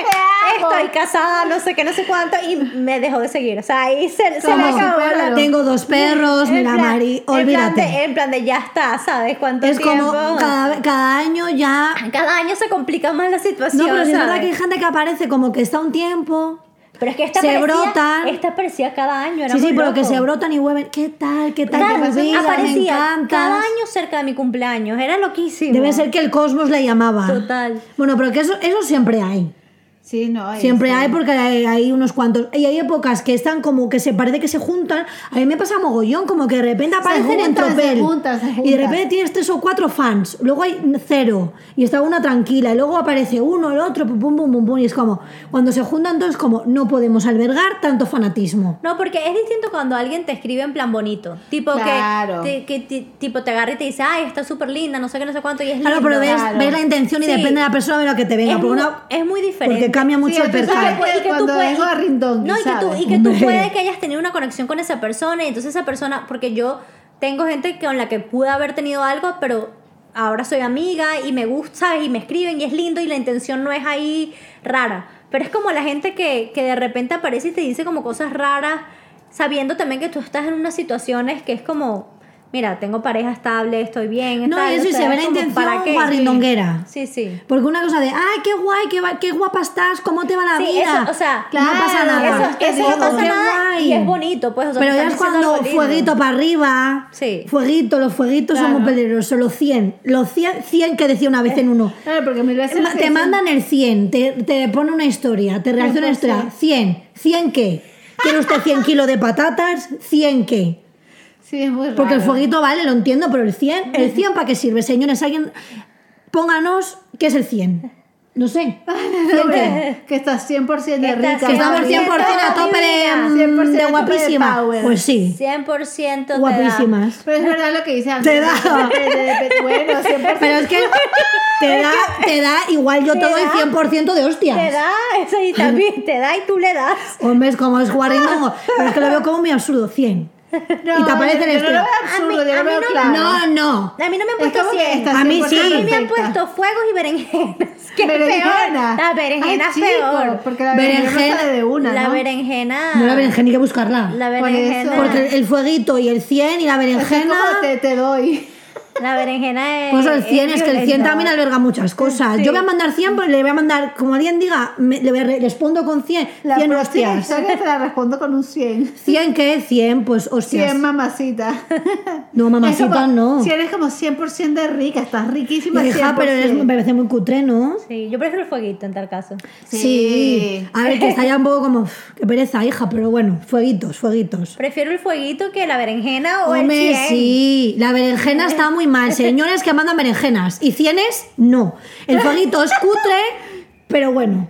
C: dije,
B: Te amo.
C: estoy casada, no sé qué, no sé cuánto, y me dejó de seguir. O sea, ahí se, se le
A: Como,
C: acabó la...
A: Tengo dos perros,
C: En
A: mira
C: plan-
A: Mari,
C: En plan,
A: olvídate.
C: de, en plan de ya está, ¿sabes? ¿Cuánto
A: Es
C: tiempo?
A: como cada, cada año ya...
C: Cada año se complica más la situación,
A: No, pero sí es verdad
C: ¿sabes?
A: que hay gente que aparece como que está un tiempo.
C: Pero es que esta
A: Se
C: parecía,
A: brotan.
C: Esta parecía cada año. Era
A: Sí, sí,
C: muy
A: pero que
C: loco.
A: se brotan y hueven. ¿Qué tal? ¿Qué tal?
C: Claro,
A: tu vida? me
C: aparecía
A: encantas.
C: cada año cerca de mi cumpleaños. Era loquísimo. Ah.
A: Debe ser que el cosmos le llamaba.
C: Total.
A: Bueno, pero que eso, eso siempre hay.
B: Sí, no, ahí
A: Siempre
B: sí.
A: hay porque hay, hay unos cuantos. Y hay épocas que están como que se parece que se juntan. A mí me pasa mogollón, como que de repente aparecen en
B: juntan, se
A: tropel.
B: juntan, se
A: Y de
B: juntan.
A: repente tienes tres o cuatro fans. Luego hay cero. Y está una tranquila. Y luego aparece uno, el otro, pum, pum, pum, pum. pum. Y es como, cuando se juntan todos, como, no podemos albergar tanto fanatismo.
C: No, porque es distinto cuando alguien te escribe en plan bonito. Tipo
B: Claro.
C: que, te, que ti- tipo te agarra y te dice, ay, está súper linda, no sé qué, no sé cuánto. Y es
A: Claro,
C: lindo.
A: pero ves,
B: Claro.
A: ves la intención y
C: Sí.
A: depende de la persona de lo que te venga.
C: Es,
A: Porque,
C: mu-
A: una-
C: es muy diferente.
A: porque cambia mucho
B: Sí,
A: el
B: tú sabes
A: perfil.
C: pues,
B: que cuando vengo a Rindón,
C: no, y que tú,
B: ¿sabes?
C: y que tú
A: Hombre.
C: puede que hayas tenido una conexión con esa persona y entonces esa persona, porque yo tengo gente con la que pude haber tenido algo, pero ahora soy amiga y me gusta y me escriben y es lindo y la intención no es ahí rara. Pero es como la gente que, que de repente aparece y te dice como cosas raras, sabiendo también que tú estás en unas situaciones que es como, mira, tengo pareja estable, estoy bien.
A: No,
C: tal",
A: y eso,
C: o
A: y
C: sea,
A: se ve
C: es
A: la
C: como, ¿para qué?
A: intención guarrindonguera.
C: Sí, sí.
A: Porque una cosa de, ay, qué guay, qué, va- qué guapa estás, cómo te va la
C: Sí,
A: vida.
C: eso, o sea,
A: Ah, no
B: claro,
A: pasa nada.
C: Eso, eso
A: O,
C: no pasa
A: qué
C: nada y
A: guay.
C: es bonito, pues. o sea,
A: Pero
C: te
A: ya
C: están
A: es
C: diciendo
A: cuando
C: algo lindo.
A: fueguito para arriba.
C: Sí.
A: Fueguito, los fueguitos
B: Claro.
A: son muy peligrosos. Los 100. Los 100, 100 que decía una vez en uno.
B: Claro, porque mil veces
A: Ma-
B: que
A: Te
B: dicen-
A: mandan el 100, te, te pone una historia, te reacciona una
B: Pues
A: historia. 100. ¿100 qué? ¿Quiere usted 100 kilos de patatas? ¿100 qué?
B: Sí, es muy raro.
A: Porque el fueguito vale, lo entiendo, pero el 100, ¿el 100 para qué sirve? Señores, alguien, pónganos qué es el 100. No sé. ¿Cien qué?
B: que estás 100% de
C: Que
B: rica. ¿eh?
C: estás
A: Que estamos 100% a tope de,
B: 100%
A: mm, de
B: a tope
A: guapísima.
B: power.
A: Pues sí,
C: 100% te da.
A: guapísimas.
B: Pero es verdad lo que dice Ángel.
A: Te da.
B: De- de- de- Bueno, 100%.
A: Pero es que te da, te da igual yo te
C: Te
A: doy
C: da-
A: 100% de
C: Te
A: hostias.
C: da, eso y también te da y tú le das.
A: Hombre, es como es guarrindongo. Pero es que lo veo como muy absurdo, 100.
B: No,
A: y te aparece
B: yo
A: el
B: no lo
A: este.
B: veo
C: A mí-
B: absurdo, yo
C: A
B: lo
C: mí
B: veo
C: no-
B: claro.
A: No, no.
C: A mí no me
B: Es
C: han puesto
B: como que
C: 100.
B: estás
A: A mí
B: 100%
C: A mí me han
B: perfecta.
C: puesto fuegos y berenjenas. ¿Qué es
B: Berenjena.
C: peor? La berenjena
B: Ay,
C: es
B: chico,
C: peor.
B: Porque la berenjena,
A: Berenjena-
B: sale de una,
C: la
B: ¿no?
C: berenjena.
A: No la berenjena hay que buscarla.
C: La
B: Por
C: berenjena.
B: eso.
A: Porque el fueguito y el 100 y la
B: Así
A: berenjena.
B: como te, te doy.
C: La berenjena es.
A: Pues el 100 es que el 100
C: violenta.
A: también alberga muchas cosas. Yo voy a mandar 100, pues le voy a mandar, como alguien diga, me- le voy a re- respondo con 100.
B: La
A: 100
B: próxima
A: hostias.
B: historia te la respondo con un 100.
A: 100 qué? 100, pues
B: 100
A: hostias.
B: mamacita.
A: No,
B: Es
A: mamacita,
B: como-
A: no.
B: Si eres como 100% de rica, estás riquísima.
A: Hija,
B: 100%.
A: pero eres- me parece muy cutre, ¿no?
C: Sí, yo prefiero el fueguito en tal caso.
B: Sí.
A: A ver, que está ya un poco como, "Uf, qué pereza, hija, pero bueno, fueguitos, fueguitos.
C: Prefiero el fueguito que la berenjena o el
A: Hombre,
C: 100.
A: sí, la berenjena está muy mal. Señores que mandan berenjenas y cienes, no. El fueguito es cutre, pero bueno,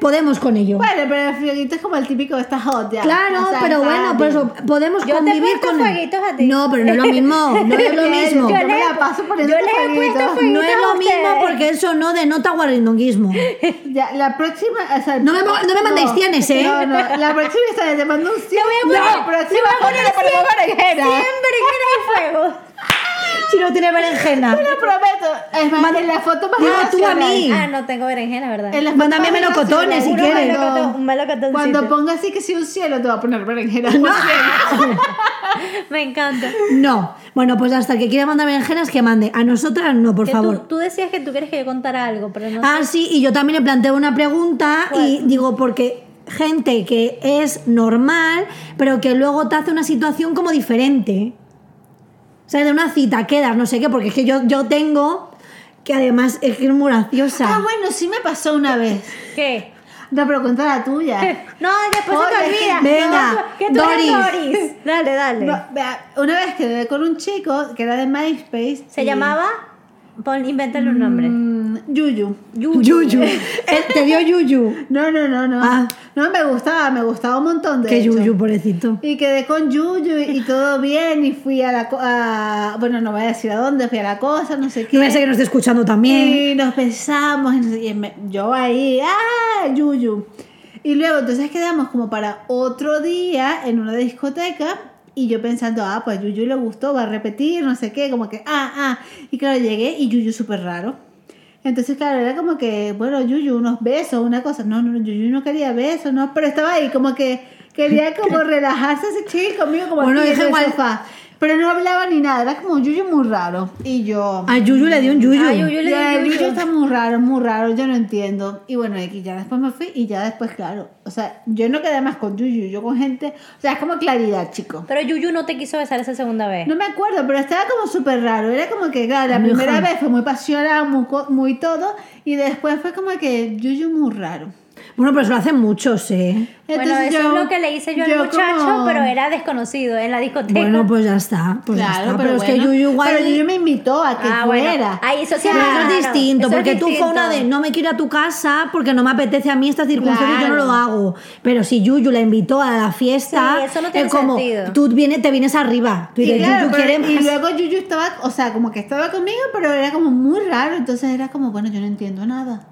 A: podemos con ello.
B: Bueno, pero el fueguito es como el típico, está hot ya.
A: Claro,
B: O sea,
A: pero
B: está
A: bueno,
B: bien.
A: por eso podemos
C: Yo te he
A: convivir
C: puesto
A: con
C: fueguitos a ti.
A: No, pero no es lo mismo, no es lo mismo.
B: Yo
C: le-
B: me la paso este poniendo
C: yo les he
B: fueguito.
C: puesto
A: No
C: fueguitos.
A: es
C: a
A: lo
C: ustedes.
A: mismo porque eso no denota guarindonguismo.
B: Ya, la próxima. o sea,
A: No me mo- no me mandéis cienes, ¿eh?
B: No, no, la próxima historia te mando un 100.
C: voy a poner-
B: la próxima historia le ponemos berenjena.
C: 100 berenjenas y fuego.
A: Si no tiene berenjena.
B: Te lo prometo. Es más,
A: Manda-
B: en la foto más
A: Dime tú a
B: emocional.
A: mí. Sí.
C: Ah, no tengo berenjena, ¿verdad?
B: En las
A: Mándame
B: fotos más
A: melocotones, si
B: emocionales.
A: quieres.
B: Uno
C: Un melocotón-
B: cuando-
C: un melocotoncito.
B: Cuando ponga así que sí un cielo, te va a poner berenjena. por cielo.
C: Me encanta.
A: No. Bueno, pues hasta el que quiera mandar berenjenas que mande. A nosotras no, por
C: Que
A: favor.
C: Tú, tú decías que tú quieres que yo contara algo, pero no.
A: Ah, sí, y yo también le planteo una pregunta y digo, porque gente que es normal, pero que luego te hace una situación como diferente. O sea, de una cita quedas, no sé qué, porque es que yo, yo tengo, que además es que es muy graciosa.
B: Ah, bueno, sí me pasó una vez.
C: ¿Qué?
B: No, pero cuenta la tuya.
C: No, después
B: Oye,
C: se te olvida.
A: venga,
C: que tú eres
A: Doris.
C: Doris. Dale, dale.
B: No, vea, una vez quedé con un chico que era de MySpace.
C: Se
B: y-
C: llamaba. Pon, invéntale un nombre.
B: Mm, Yuyu.
A: Yuyu. Él te dio Yuyu.
B: No, no, no, no.
A: Ah.
B: No, me gustaba, me gustaba un montón de
A: Que
B: hecho.
A: Yuyu, pobrecito.
B: Y quedé con Yuyu y, y todo bien y fui a la... co- a- bueno, no voy a decir a dónde, fui a la cosa, no sé qué.
A: No me sé que nos esté escuchando también.
B: Y nos besamos, y no sé- y me- yo ahí, ¡ah! Yuyu. Y luego, entonces quedamos como para otro día en una discoteca. Y yo pensando, ah, pues Yuyu le gustó, va a repetir, no sé qué, como que, ah, ah. Y claro, llegué y Yuyu súper raro. Entonces, claro, era como que, bueno, Yuyu, unos besos, una cosa. No, no, Yuyu no quería besos, no, pero estaba ahí como que quería como relajarse, así chill conmigo, como
A: Bueno,
B: aquí
A: es
B: en el
A: igual.
B: sofá. Pero no hablaba ni nada, era como un Yuyu muy raro. Y yo...
A: A Yuyu le dio un Yuyu.
C: A Ah, Yuyu le
B: Ya,
C: di
B: el bicho
C: Yuyu.
B: está muy raro, muy raro, yo no entiendo. Y bueno, aquí ya después me fui y ya después, claro. O sea, yo no quedé más con Yuyu, yo con gente. O sea, es como claridad, chico.
C: Pero Yuyu no te quiso besar esa segunda vez.
B: No me acuerdo, pero estaba como súper raro. Era como que, claro, la
A: Muy
B: primera
A: joven.
B: vez fue muy apasionada, muy, co- muy todo. Y después fue como que Yuyu muy raro.
A: Bueno, pero eso lo hacen muchos, ¿eh?
C: bueno,
B: Entonces
C: eso
B: yo-
C: es lo que le hice yo,
B: yo
C: al muchacho,
B: como-
C: pero era desconocido en la discoteca.
A: Bueno, pues ya está. Pues ya
B: Eh, Claro,
A: está.
B: pero,
A: Pero, es que
B: bueno.
A: Yuyu igual.
B: Pero Yuyu me invitó a que
C: Ah, bueno.
B: fuera.
C: Ay, eso sí
A: Pero eso
C: Claro,
A: es distinto,
C: eso es
A: porque tú fue
C: distinto.
A: una de no me quiero ir a tu casa porque no me apetece a mí esta circunstancia y yo no
B: Claro.
A: lo hago. Pero si Yuyu la invitó a la fiesta,
C: Sí, eso no tiene
A: es como
C: sentido.
A: tú viene, te vienes arriba. Tú
B: Y,
A: dices,
B: claro,
A: Yuyu
B: pero-
A: quiere
B: y
A: más".
B: luego Yuyu estaba, o sea, como que estaba conmigo, pero era como muy raro. Entonces era como, bueno, yo no entiendo nada.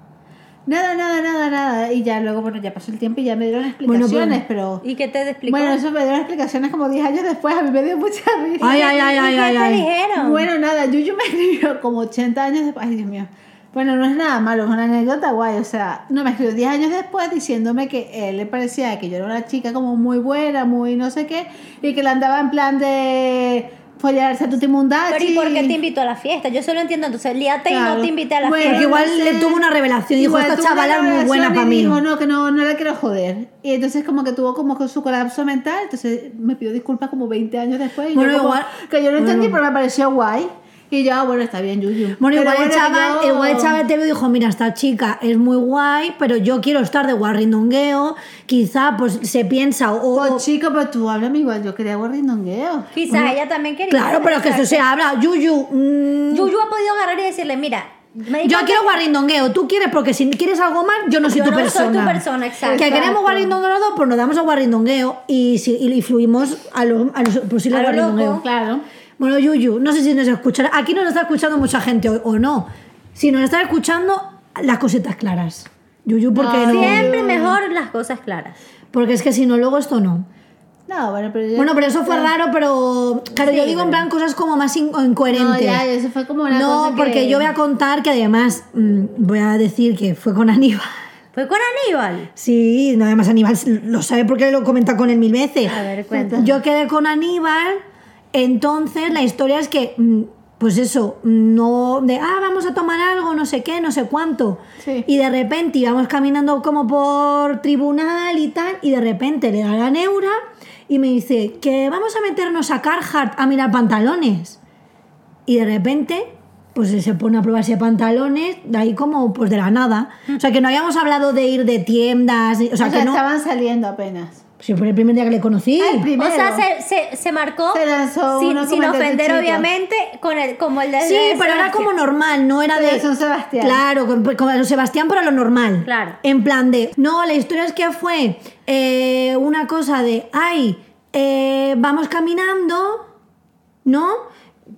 B: Nada, nada, nada, nada. Y ya luego, bueno, ya pasó el tiempo y ya me dieron
A: Bueno,
B: explicaciones, pero...
C: ¿Y qué te explicó?
B: Bueno, eso me dieron explicaciones como 10 años después. A mí me dio mucha risa.
A: Ay, ay, ay,
C: ¿Y
A: ay,
C: qué
A: ay,
C: te
A: ay.
C: dijeron?
B: Bueno, nada, Yuyu me escribió como 80 años después. Ay, Dios mío. Bueno, no es nada malo, es una anécdota guay. O sea, no me escribió 10 años después diciéndome que él le parecía que yo era una chica como muy buena, muy no sé qué, y que la andaba en plan de follarse a tu timundachi.
C: pero ¿y por qué te invitó a la fiesta? Yo solo entiendo, entonces líate y
B: Claro.
C: no te invité a la
B: Bueno,
A: Porque
C: fiesta.
A: igual
B: no sé.
A: le tuvo una revelación. Dijo,
B: Igual
A: esta
B: tuvo una
A: chavala es muy buena
B: relación
A: para
B: y
A: mí.
B: Dijo, no, que no, no la quiero joder. Y entonces como que tuvo como que su colapso mental, entonces me pidió disculpas como 20 años después. y yo
A: Bueno,
B: como
A: igual-
B: que yo no entendí,
A: bueno.
B: pero me pareció guay. Y yo, ah, bueno, está bien, Yuyu.
A: Bueno,
B: Pero
A: igual el, chaval,
B: yo-
A: igual el chaval te vio y dijo, mira, esta chica es muy guay, pero yo quiero estar de guarrindongueo. Quizá pues se piensa o... o-
B: Oh, chico, pero tú háblame igual, yo quería guardindongueo.
C: Quizás ella también quería.
A: claro, pero es que eso se habla. Yuyu, mm,
C: Yuyu ha podido agarrar y decirle, mira, me
A: Yo
C: di cuenta-
A: quiero guarrindongueo, tú quieres porque si quieres algo más, yo no soy
C: Yo
A: tu
C: no soy
A: persona.
C: tu persona, exacto.
A: Que queremos
B: Exacto.
A: guarrindongueo los dos, pues nos damos a guarrindongueo y, si, y, y fluimos a los a los posibles
C: A lo
A: guarrindongueo.
C: loco.
B: Claro.
A: Bueno, Yuyu, no sé si nos escuchará. Aquí nos está escuchando mucha gente o, o no. Si nos está escuchando, las cositas claras. Yuyu, porque
B: No,
C: Ah,
A: no.
C: Siempre mejor las cosas claras.
A: Porque es que si no, luego esto no.
B: No, No, bueno, pero yo-
A: Bueno, pero eso fue raro, pero claro, yo digo en plan cosas como más in-
B: No,
A: incoherentes.
B: ya, eso fue como una
A: No,
B: cosa
A: porque
B: que-
A: yo voy a contar que además mm, voy a decir que fue con Aníbal.
C: Fue con Aníbal.
A: Sí, no, además Aníbal lo sabe porque lo comenta con él mil veces.
C: A ver, cuenta.
A: Yo quedé con Aníbal, entonces la historia es que, mm, pues eso, no, de, ah, vamos a tomar algo, no sé qué, no sé cuánto.
B: Sí.
A: Y de repente íbamos caminando como por tribunal y tal, y de repente le da la neura y me dice que vamos a meternos a Carhartt a mirar pantalones. Y de repente, pues él se pone a probarse pantalones, de ahí como pues de la nada. O sea, que no habíamos hablado de ir de tiendas, o sea,
B: O
A: que
B: sea,
A: no...
B: estaban saliendo apenas.
A: Sí, fue el primer día que le conocí.
B: Ah, el primero.
C: O sea, se, se- se marcó
B: Se lanzó
C: sin,
B: uno
C: sin
B: como el de
C: ofender,
B: Chichito.
C: obviamente, con el, como el de
A: Sí,
C: de
A: pero era
C: Sebastián.
A: como normal, no era
B: Pero
A: de...
B: San Sebastián.
A: Claro, con- como los Sebastián, pero lo normal.
C: Claro.
A: En plan de... No, la historia es que fue eh, una cosa de... Ay, eh, vamos caminando, ¿no?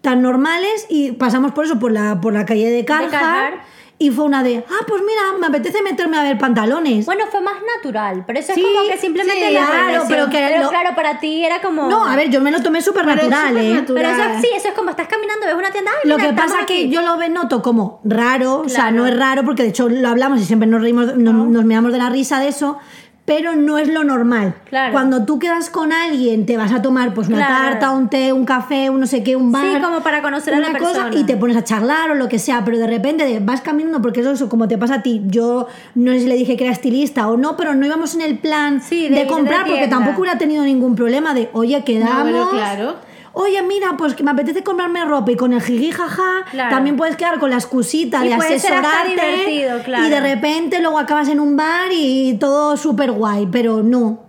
A: Tan normales y pasamos por eso, por la, por la calle de Carhartt.
C: Carhartt.
A: Y fue una de... Ah, pues mira, me apetece meterme a ver pantalones.
C: Bueno, fue más natural, pero eso
A: Sí,
C: es como que simplemente
A: sí,
C: la
A: claro,
C: relación.
A: pero que lo-
C: claro, para ti era como...
A: no, a ver, yo me lo tomé súper natural,
B: es
A: ¿eh?
B: supernatural.
C: Pero eso, sí, eso es como estás caminando, ves una tienda, ay,
A: Lo
C: mira,
A: que
C: estamos
A: pasa
C: aquí.
A: que yo lo ve- noto como raro, o sea,
C: Claro.
A: no es raro porque de hecho lo hablamos y siempre nos reímos, nos, nos meamos de la risa de eso, pero no es lo normal.
C: Claro.
A: Cuando tú quedas con alguien, te vas a tomar pues una
C: Claro.
A: tarta, un té, un café, un no sé qué, un bar.
C: Sí, como para conocer a la
A: una cosa,
C: persona.
A: y te pones a charlar o lo que sea, pero de repente de- vas caminando porque eso, eso como te pasa a ti. Yo no sé si le dije que era estilista o no, pero no íbamos en el plan
C: Sí, de
A: de,
C: ir de
A: comprar porque
C: tienda.
A: tampoco hubiera tenido ningún problema de, oye,
B: No,
A: quedamos.
B: pero claro.
A: Oye, mira, pues que me apetece comprarme ropa y con el jiji jaja,
C: Claro.
A: también puedes quedar con la excusita
C: Y
A: de
C: puede ser
A: asesorarte
C: hasta divertido, claro.
A: y de repente luego acabas en un bar y todo súper guay, pero no.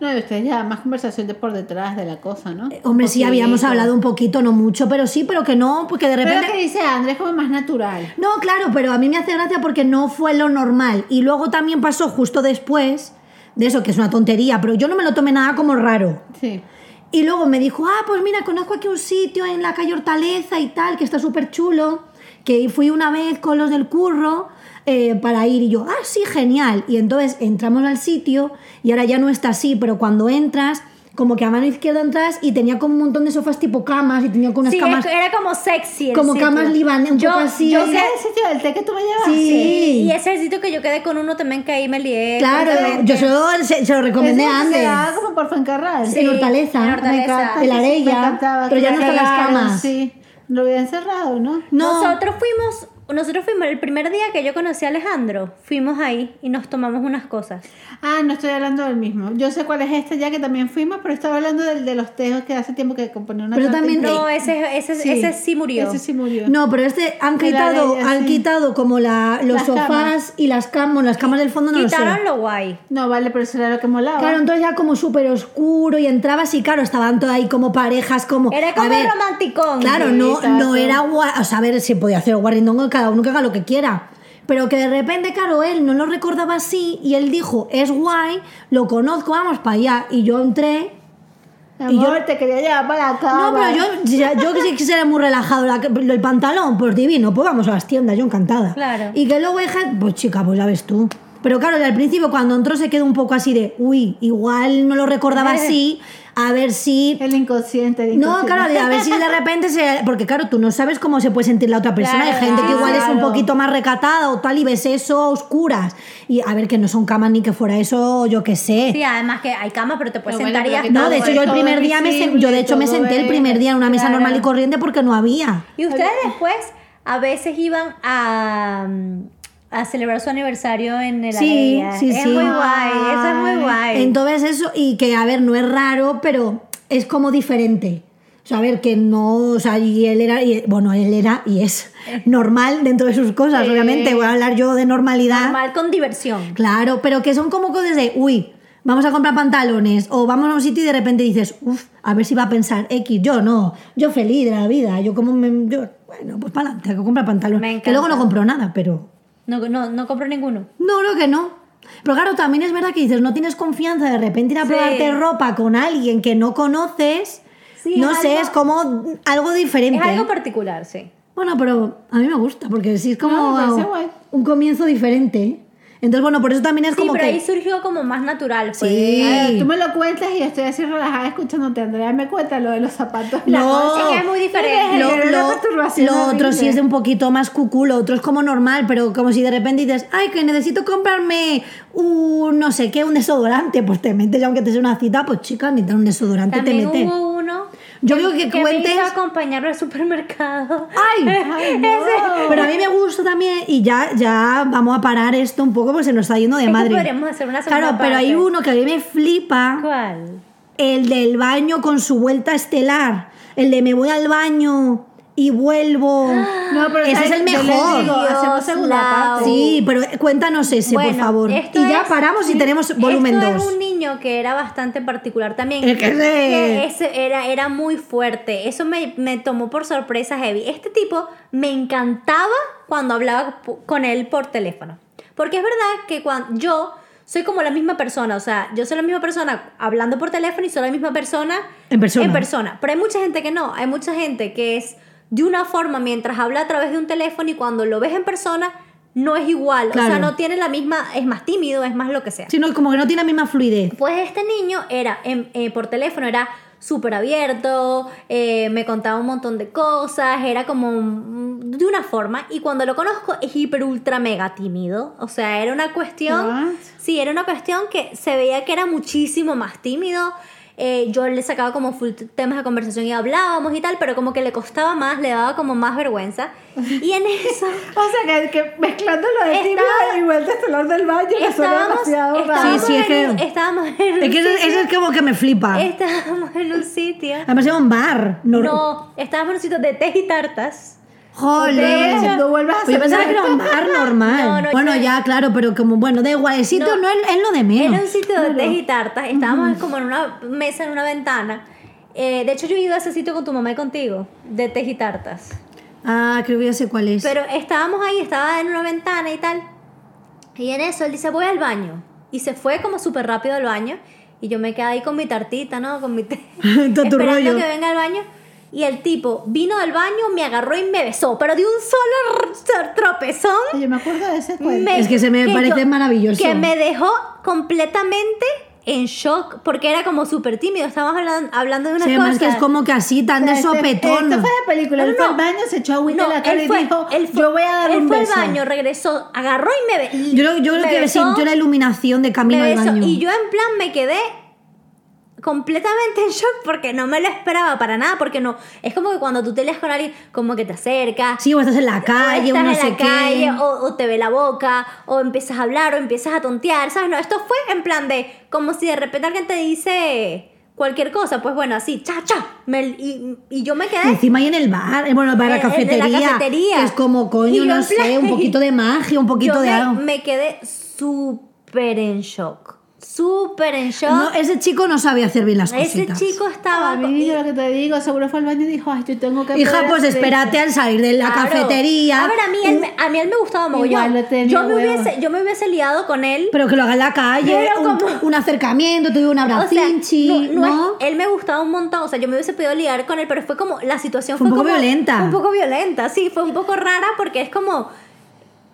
B: No, y ustedes ya más conversación de por detrás de la cosa, ¿no?
A: Eh, Hombre, sí, habíamos hablado un poquito, no mucho, pero sí, pero que no, porque de
B: Pero
A: repente...
B: que dice Andrés como más natural.
A: No, claro, pero a mí me hace gracia porque no fue lo normal. Y luego también pasó justo después de eso, que es una tontería, pero yo no me lo tomé nada como raro.
B: Sí.
A: Y luego me dijo, ah, pues mira, conozco aquí un sitio en la calle Hortaleza y tal, que está súper chulo, que fui una vez con los del curro eh, para ir y yo, ah, sí, genial. Y entonces entramos al sitio y ahora ya no está así, pero cuando entras, como que a mano izquierda entras y tenía como un montón de sofás tipo camas y tenía como unas
C: Sí,
A: camas...
C: era como sexy el
A: como
C: sitio.
A: camas libanesas, un
C: yo,
A: poco así,
C: Yo
A: ¿eh?
B: ¿Ese
C: quedé-
B: es el sitio del té que tú me llevas?
A: Sí.
C: Y ese es el sitio que yo quedé con uno también que ahí me lié.
A: Claro, yo se lo, se, se lo recomendé a
B: Ese que
A: Ander.
B: quedaba como por Fuencarral.
A: en Hortaleza,
C: en Hortaleza.
B: Me encanta,
A: en la
B: sí, sí, me
A: Arella,
B: encantaba,
A: pero
B: que
A: ya no están las
B: cerraron,
A: camas.
B: Sí, lo habían cerrado, ¿no?
A: No,
C: Nosotros fuimos, nosotros fuimos el primer día que yo conocí a Alejandro, fuimos ahí y nos tomamos unas cosas.
B: Ah, no estoy hablando del mismo. Yo sé cuál es este ya que también fuimos, pero estaba hablando del de los tejos que hace tiempo que componen una
A: Pero
B: torta
A: también-
B: y-
C: No, ese ese
B: Sí,
C: ese sí murió.
B: Ese sí murió.
A: No, pero este han
B: De la
A: quitado,
B: ley,
A: han
B: así.
A: quitado como la, los
B: Las
A: sofás
B: camas.
A: y las camas, las camas del fondo no lo sé.
C: Quitaron lo guay.
B: No, vale, pero eso era lo que molaba.
A: Claro, entonces ya como súper oscuro y entrabas y claro, estaban todas ahí como parejas, como...
C: Era
A: a
C: como
A: ver,
C: romanticón.
A: Claro,
B: Sí,
A: no,
B: exacto.
A: no era guay, o sea, a ver, se podía hacer guarrindongo, cada uno que haga lo que quiera. Pero que de repente, claro, él no lo recordaba así y él dijo, es guay, lo conozco, vamos para allá. Y yo entré
B: Amor,
A: y yo-
B: te quería llevar para acá.
A: No, pero yo, ya- yo que sí que seré muy relajado. la- el pantalón, pues divino, pues vamos a las tiendas, yo encantada.
C: Claro.
A: Y que luego hay gente, pues chica, pues ya ves tú. Pero claro, al principio cuando entró se quedó un poco así de, uy, igual no lo recordaba así, a ver si...
B: El inconsciente, el
A: No,
B: inconsciente.
A: claro, de- a ver si de repente se... Porque claro, tú no sabes cómo se puede sentir la otra persona.
C: Claro,
A: Hay gente que igual es un
B: claro.
A: poquito más recatada o tal y ves eso a oscuras. Y a ver, que no son camas ni que fuera eso, yo qué sé.
C: Sí, además que hay camas, pero te puedes
B: No, bueno,
C: sentar y
B: pero
C: ya
B: que
C: está.
A: No, de
B: Todo
A: hecho yo el
B: todo
A: primer
B: es
A: día me sen-
B: visible,
A: yo de hecho me
B: todo
A: senté el
B: es-
A: primer día en una mesa
C: claro.
A: normal y corriente porque no había.
C: Y ustedes después a veces iban a, mm, a celebrar su aniversario en el
A: Sí,
C: Areia.
A: sí,
C: es
A: sí.
C: muy guay, eso es muy guay.
A: Entonces eso y que a ver, no es raro, pero es como diferente. O sea, a ver, que no, o sea, y él era, y- bueno, él era y es normal dentro de sus cosas,
B: Eh. Sí.
A: obviamente, voy a hablar yo de normalidad.
C: Normal con diversión.
A: Claro, pero que son como cosas de, uy, vamos a comprar pantalones o vamos a un sitio y de repente dices, uff, a ver si va a pensar X, yo no, yo feliz de la vida, yo como, me, yo, bueno, pues para adelante, que comprar pantalones.
C: Me
A: que
C: encanta.
A: luego no compro nada, pero...
C: No, no, no compro ninguno.
A: No, creo que no. Pero claro, también es verdad que dices, no tienes confianza de repente ir a
C: Sí.
A: probarte ropa con alguien que no conoces.
C: Sí,
A: no
C: es
A: sé,
C: algo-
A: es como algo diferente.
C: Es algo particular, sí.
A: Bueno, pero a mí me gusta, porque sí es como
C: pues
B: No, me parece guay.
A: un comienzo diferente. Entonces, bueno, por eso también es
C: Sí,
A: como
C: pero
A: que...
C: ahí surgió como más natural. Pues.
A: Sí.
B: Ay, tú me lo cuentas y estoy así relajada escuchándote, Andrea. Me cuenta lo de los zapatos.
C: La cosa es muy diferente.
B: Lo-
A: Lo,
B: Era una
A: lo-
B: perturbación
A: lo otro
B: horrible.
A: sí es un poquito más cucú, lo otro es como normal, pero como si de repente dices, ay, que necesito comprarme un, no sé qué, un desodorante, pues te metes, y aunque te sea una cita, pues chica, necesitas un desodorante, te
C: También
A: metes.
C: hubo uno.
A: Yo creo que
C: me
A: cuentes- Ah,
C: hizo acompañarlo al supermercado.
A: ¡Ay!
C: Ese-
A: Pero a mí me gusta también, y ya, ya vamos a parar esto un poco porque se nos está yendo de
C: Es que
A: madre.
C: podríamos hacer una segunda
A: Claro, pero hay
C: parte.
A: uno que a mí me flipa,
C: ¿Cuál?
A: el del baño con su vuelta estelar, el de me voy al baño y vuelvo.
C: ¡Ah!
B: No, pero
A: Ese
B: ¿sabes?
A: es el
B: Yo les
A: mejor.
B: digo, hacemos segunda
C: Dios,
B: parte.
C: Lau.
A: Sí, pero eh, cuéntanos ese, por
C: Ah, oh. Bueno,
A: favor. Y
C: esto
A: ya
C: es-
A: paramos y tenemos volumen
C: esto
A: 2.
C: Es un niño que era bastante particular también.
A: El que se-
C: Que ese era, era muy fuerte. Eso me, me tomó por sorpresa heavy. Este tipo me encantaba cuando hablaba po- con él por teléfono. Porque es verdad que cuando yo soy como la misma persona. O sea, yo soy la misma persona hablando por teléfono y soy la misma persona
A: En persona.
C: En persona. Pero hay mucha gente que no. Hay mucha gente que es de una forma mientras habla a través de un teléfono y cuando lo ves en persona no es igual. O sea,
A: Claro.
C: no tiene la misma, es más tímido, es más lo que sea.
A: Sí, no, como que no tiene la misma fluidez.
C: Pues este niño era, en- eh, por teléfono, era súper abierto, eh, me contaba un montón de cosas, era como un- de una forma, y cuando lo conozco es hiper ultra mega tímido, o sea, era una cuestión,
B: What?
C: sí, era una cuestión que se veía que era muchísimo más tímido, Eh, yo le sacaba como full temas de conversación y hablábamos y tal, pero como que le costaba más, le daba como más vergüenza, y en eso...
B: O sea, que, que mezclando lo de tibio
C: Estaba-
B: y vuelta estelar del baño, que suena
C: Estábamos,
B: demasiado raro.
C: estábamos
A: Sí, sí, es
C: en un-
A: que-
C: estábamos en un
A: Es que ese,
C: sitio-
A: ese es como que me flipa.
C: Estábamos en un sitio.
A: Además era un bar. No.
C: No, estábamos en un sitio de té y tartas.
A: Jolín.
B: Pero no vuelvas a
A: Pues yo
B: hacer
A: pensaba que era un bar normal.
C: No, no,
A: bueno,
C: yo-
A: ya, claro, pero como, bueno, da igual. El sitio no,
C: No.
A: es, es lo de menos.
C: Era un sitio de té y tartas. Estábamos como en una mesa, en una ventana. Eh, de hecho, yo he ido a ese sitio con tu mamá y contigo, de té y tartas.
A: Ah, creo que ya sé cuál es.
C: Pero estábamos ahí, estaba en una ventana y tal. Y en eso él dice, voy al baño. Y se fue como súper rápido al baño. Y yo me quedé ahí con mi tartita, ¿no? Con mi té.
A: Todo tu
C: esperando
A: rollo.
C: que venga al baño. Y el tipo vino del baño, me agarró y me besó. Pero de un solo r- tropezón.
B: Yo me acuerdo de ese cuento.
C: Me-
A: Es que se me parece maravilloso.
C: Que me dejó completamente en shock porque era como súper tímido. Estábamos hablando, hablando de una
A: Sí, además
C: cosa.
A: que es como que así, tan de
B: Este-
A: sopetón.
B: Esto fue de película.
C: No,
B: él fue
C: no.
B: al baño, se echó agüita
C: No,
B: en la cara
C: él
B: y
C: fue-
B: dijo,
C: él fue-
B: yo voy a dar
C: él
B: un
C: fue al
B: beso.
C: baño, regresó, agarró y me besó.
A: Yo, creo- yo creo que sintió la iluminación de camino al baño.
C: Y yo en plan me quedé completamente en shock porque no me lo esperaba para nada. Porque no, es como que cuando tú te leas con alguien, como que te acercas,
A: Sí, o estás en la calle,
C: o
A: o no
C: estás en
A: sé
C: la
A: qué.
C: calle, o, o te ve la boca, o empiezas a hablar, o empiezas a tontear, ¿sabes? No, esto fue en plan de, como si de repente alguien te dice cualquier cosa, pues bueno, así, cha, cha, me- y, y yo me
A: Y
C: quedé...
A: Encima ahí en el bar, eh, bueno, para la
C: En- en la
A: cafetería.
C: cafetería.
A: que es como,
C: Y
A: coño,
C: yo
A: no
C: en plan-
A: sé, un poquito de magia, un poquito
C: yo
A: de
C: me,
A: algo.
C: me quedé súper en shock, súper en shock.
A: No, eh, ese chico no sabía hacer bien las
C: Ese
A: cositas.
C: chico estaba...
B: A
C: con-
B: mí, yo Ah, lo que te digo, seguro fue al baño y dijo, ay, yo tengo que...
A: Hija,
B: poder
A: pues
B: hacer
A: espérate al salir de la
C: Claro.
A: cafetería.
C: A ver, a mí él, me- a mí él me gustaba
B: Igual
C: mogollón.
B: no tenía
C: Yo me,
B: huevos.
C: hubiese, yo me hubiese liado con él.
A: Pero que lo haga en la calle,
C: Pero
A: un,
C: como-
A: un acercamiento, tuve un
C: O sea,
A: abracinchi,
C: no- no
A: ¿no?
C: es- él me gustaba un montón, o sea, yo me hubiese podido liar con él, pero fue como, la situación
A: Fue
C: fue,
A: un poco
C: como-
A: violenta.
C: Un poco violenta, sí, fue un poco rara porque es como,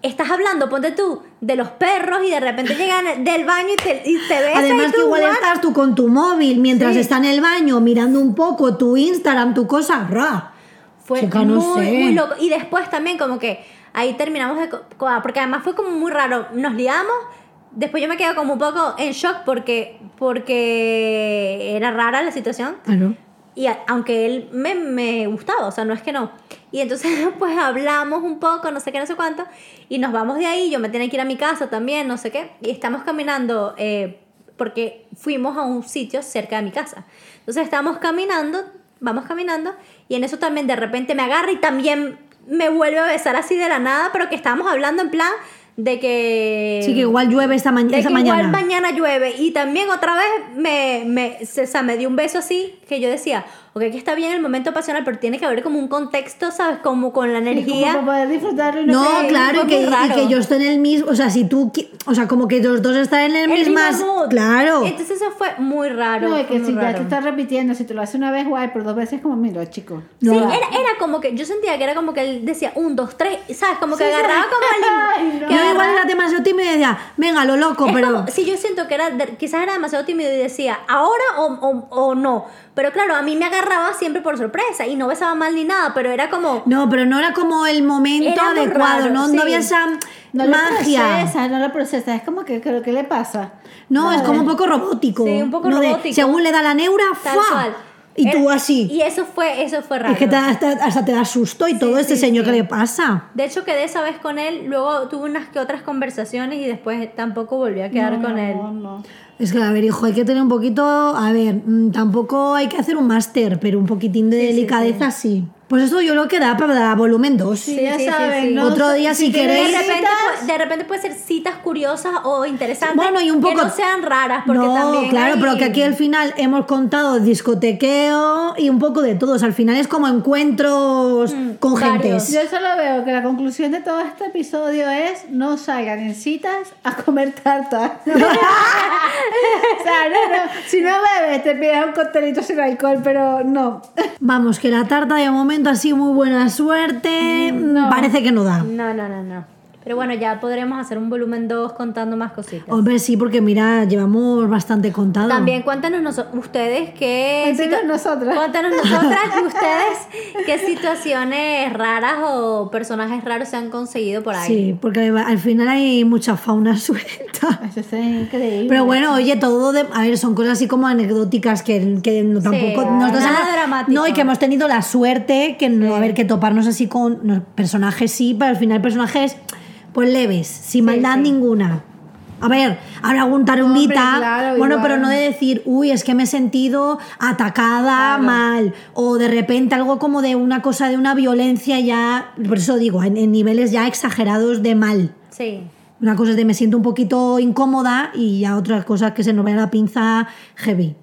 C: estás hablando, ponte tú, de los perros y de repente llegan del baño y te, y te besan y
A: Además
C: tú,
A: que igual
C: "What?".
A: estás tú con tu móvil mientras está en el baño mirando un poco tu Instagram, tu cosa, ra.
C: Fue
A: Chica, no
C: muy,
A: sé.
C: muy loco. Y después también como que ahí terminamos de... co- co- Porque además fue como muy raro. Nos liamos. Después yo me quedo como un poco en shock porque, porque era rara la situación.
A: Claro.
C: Y a- aunque él me, me gustaba, o sea, no es que no. Y entonces pues hablamos un poco, no sé qué, no sé cuánto. Y nos vamos de ahí. Yo me tenía que ir a mi casa también, no sé qué. Y estamos caminando eh, porque fuimos a un sitio cerca de mi casa. Entonces estamos caminando, vamos caminando. Y en eso también de repente me agarra y también me vuelve a besar así de la nada. Pero que estábamos hablando en plan de que...
A: Sí, que igual llueve esta ma-
C: De
A: esa
C: que
A: mañana.
C: igual mañana llueve. Y también otra vez me, me, se- o sea, me dio un beso así que yo decía, ok, aquí está bien el momento pasional, pero tiene que haber como un contexto, ¿sabes? Como con la
B: Y como
C: energía.
B: "Pues, para poder disfrutarlo y
A: No,
B: sé,
A: claro, y
C: fue
A: que,
C: muy
A: y
C: raro.
A: que yo esté en el mismo, o sea, si tú, qui- o sea, como que los dos están en el,
C: el
A: mismo,
C: mismo mood.
A: claro.
C: Entonces eso fue muy raro.
B: No, es
C: fue
B: que
C: muy
B: si ya
C: raro.
B: te estás repitiendo, si te lo hace una vez, guay, pero dos veces como, mira, chico.
A: No,
C: sí,
A: no.
C: era, era como que yo sentía que era como que él decía un, dos, tres, ¿sabes? Como que
B: Sí, sí.
C: agarraba como el.
B: Ay, no.
C: que
A: No, yo igual
C: agarraba-
A: era demasiado tímido y decía, venga, lo loco,
C: Es
A: pero.
C: como- sí, yo siento que era, de- quizás era demasiado tímido y decía, ahora o, o- o no. Pero claro, a mí me agarraba siempre por sorpresa y no besaba mal ni nada, pero era como...
A: No, pero no era como el momento
C: Era muy
A: adecuado,
C: raro,
A: no,
C: sí.
A: no había esa
B: No lo
A: magia.
B: procesa, no lo procesa. Es como que, creo que le pasa.
A: No, es como un poco robótico.
C: Sí, un poco
A: ¿no? De,
C: robótico.
A: según le da la neura,
C: Tal
A: ¡fua!
C: cual.
A: Y tú
C: Era-
A: así.
C: Y eso fue, eso fue raro.
A: Es que te- hasta, hasta te da susto y todo este
C: sí,
A: señor
C: sí.
A: que le pasa.
C: De hecho, quedé esa vez con él, luego tuve unas que otras conversaciones y después tampoco volví a quedar con él.
B: No, no.
A: Es que, a ver, hijo, hay que tener un poquito. A ver, mm, tampoco hay que hacer un máster, pero un poquitín de delicadeza sí, Pues eso yo lo que da para volumen 2.
B: Sí, ya
C: sí, sí,
B: saben,
C: sí.
B: ¿no?
A: Otro día, si
C: De
A: queréis-
B: tienen
C: repente,
B: citas,
C: pu- de repente puede ser citas curiosas o interesantes
A: Bueno, y un
C: que
A: poco-
C: no sean raras porque
A: no,
C: también
A: claro,
C: hay-
A: pero que aquí al final hemos contado discotequeo y un poco de todos. Al final es como encuentros con
C: Mm, varios.
A: gentes.
B: Yo solo veo que la conclusión de todo este episodio es no salgan en citas a comer tartas. o sea, no, no. Si no bebes, te pides un coctelito sin alcohol, pero no.
A: Vamos, que la tarta de momento así muy buena suerte.
C: Mm,
A: Mm, Parece que no da.
C: No, no, no, no. Pero bueno, ya podremos hacer un volumen 2 contando más cositas.
A: Hombre, sí, porque mira, llevamos bastante contado.
C: También cuéntanos noso- ustedes
A: Eh,
C: qué...
B: Cuéntenos
C: situa-
B: nosotras.
C: Cuéntanos nosotras y ustedes qué situaciones raras o personajes raros se han conseguido por ahí.
A: Sí, porque al final hay mucha fauna suelta.
B: Eso es increíble.
A: Pero bueno, oye, todo de... A ver, son cosas así como anecdóticas que, que no, tampoco...
C: ah,
A: nosotros
C: nada
A: hemos-
C: dramático.
A: No, y que hemos tenido la suerte que no haber que toparnos así con no, personajes, sí, pero al final personajes pues leves, sin maldad ninguna. A ver, habrá algún tarumbita,
B: claro,
A: bueno, pero
B: igual.
A: no de decir, uy, es que me he sentido atacada mal, o de repente algo como de una cosa de una violencia ya, por eso digo, en- en niveles ya exagerados de mal.
C: Sí.
A: Una cosa es de me siento un poquito incómoda y ya otras cosas que se nos vaya la pinza heavy.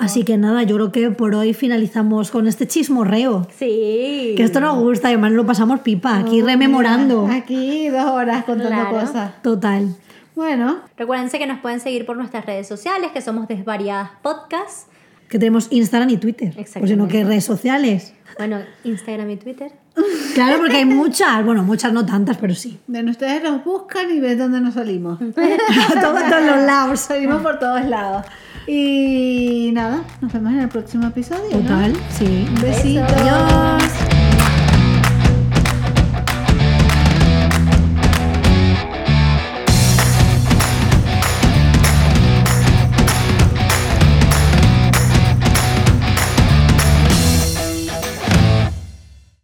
A: Así que nada, yo creo que por hoy finalizamos con este chismorreo.
C: Sí.
A: Que esto nos gusta, además lo pasamos pipa, aquí rememorando.
B: Aquí dos horas contando
C: Claro.
B: cosas.
A: Total.
B: Bueno,
C: Recuérdense que nos pueden seguir por nuestras redes sociales, que somos Desvariadas Podcast.
A: Que tenemos Instagram y Twitter. O si no,
C: Exactamente.
A: que redes sociales.
C: Bueno, Instagram y Twitter.
A: Claro, porque hay muchas. Bueno, muchas no tantas, pero sí.
B: bueno, ustedes nos buscan y ven dónde nos salimos.
A: A todos, a todos los lados.
B: salimos por todos lados. Y nada, nos vemos en el próximo episodio. ¿no?
A: Total, sí.
B: Un besito.
A: Adiós.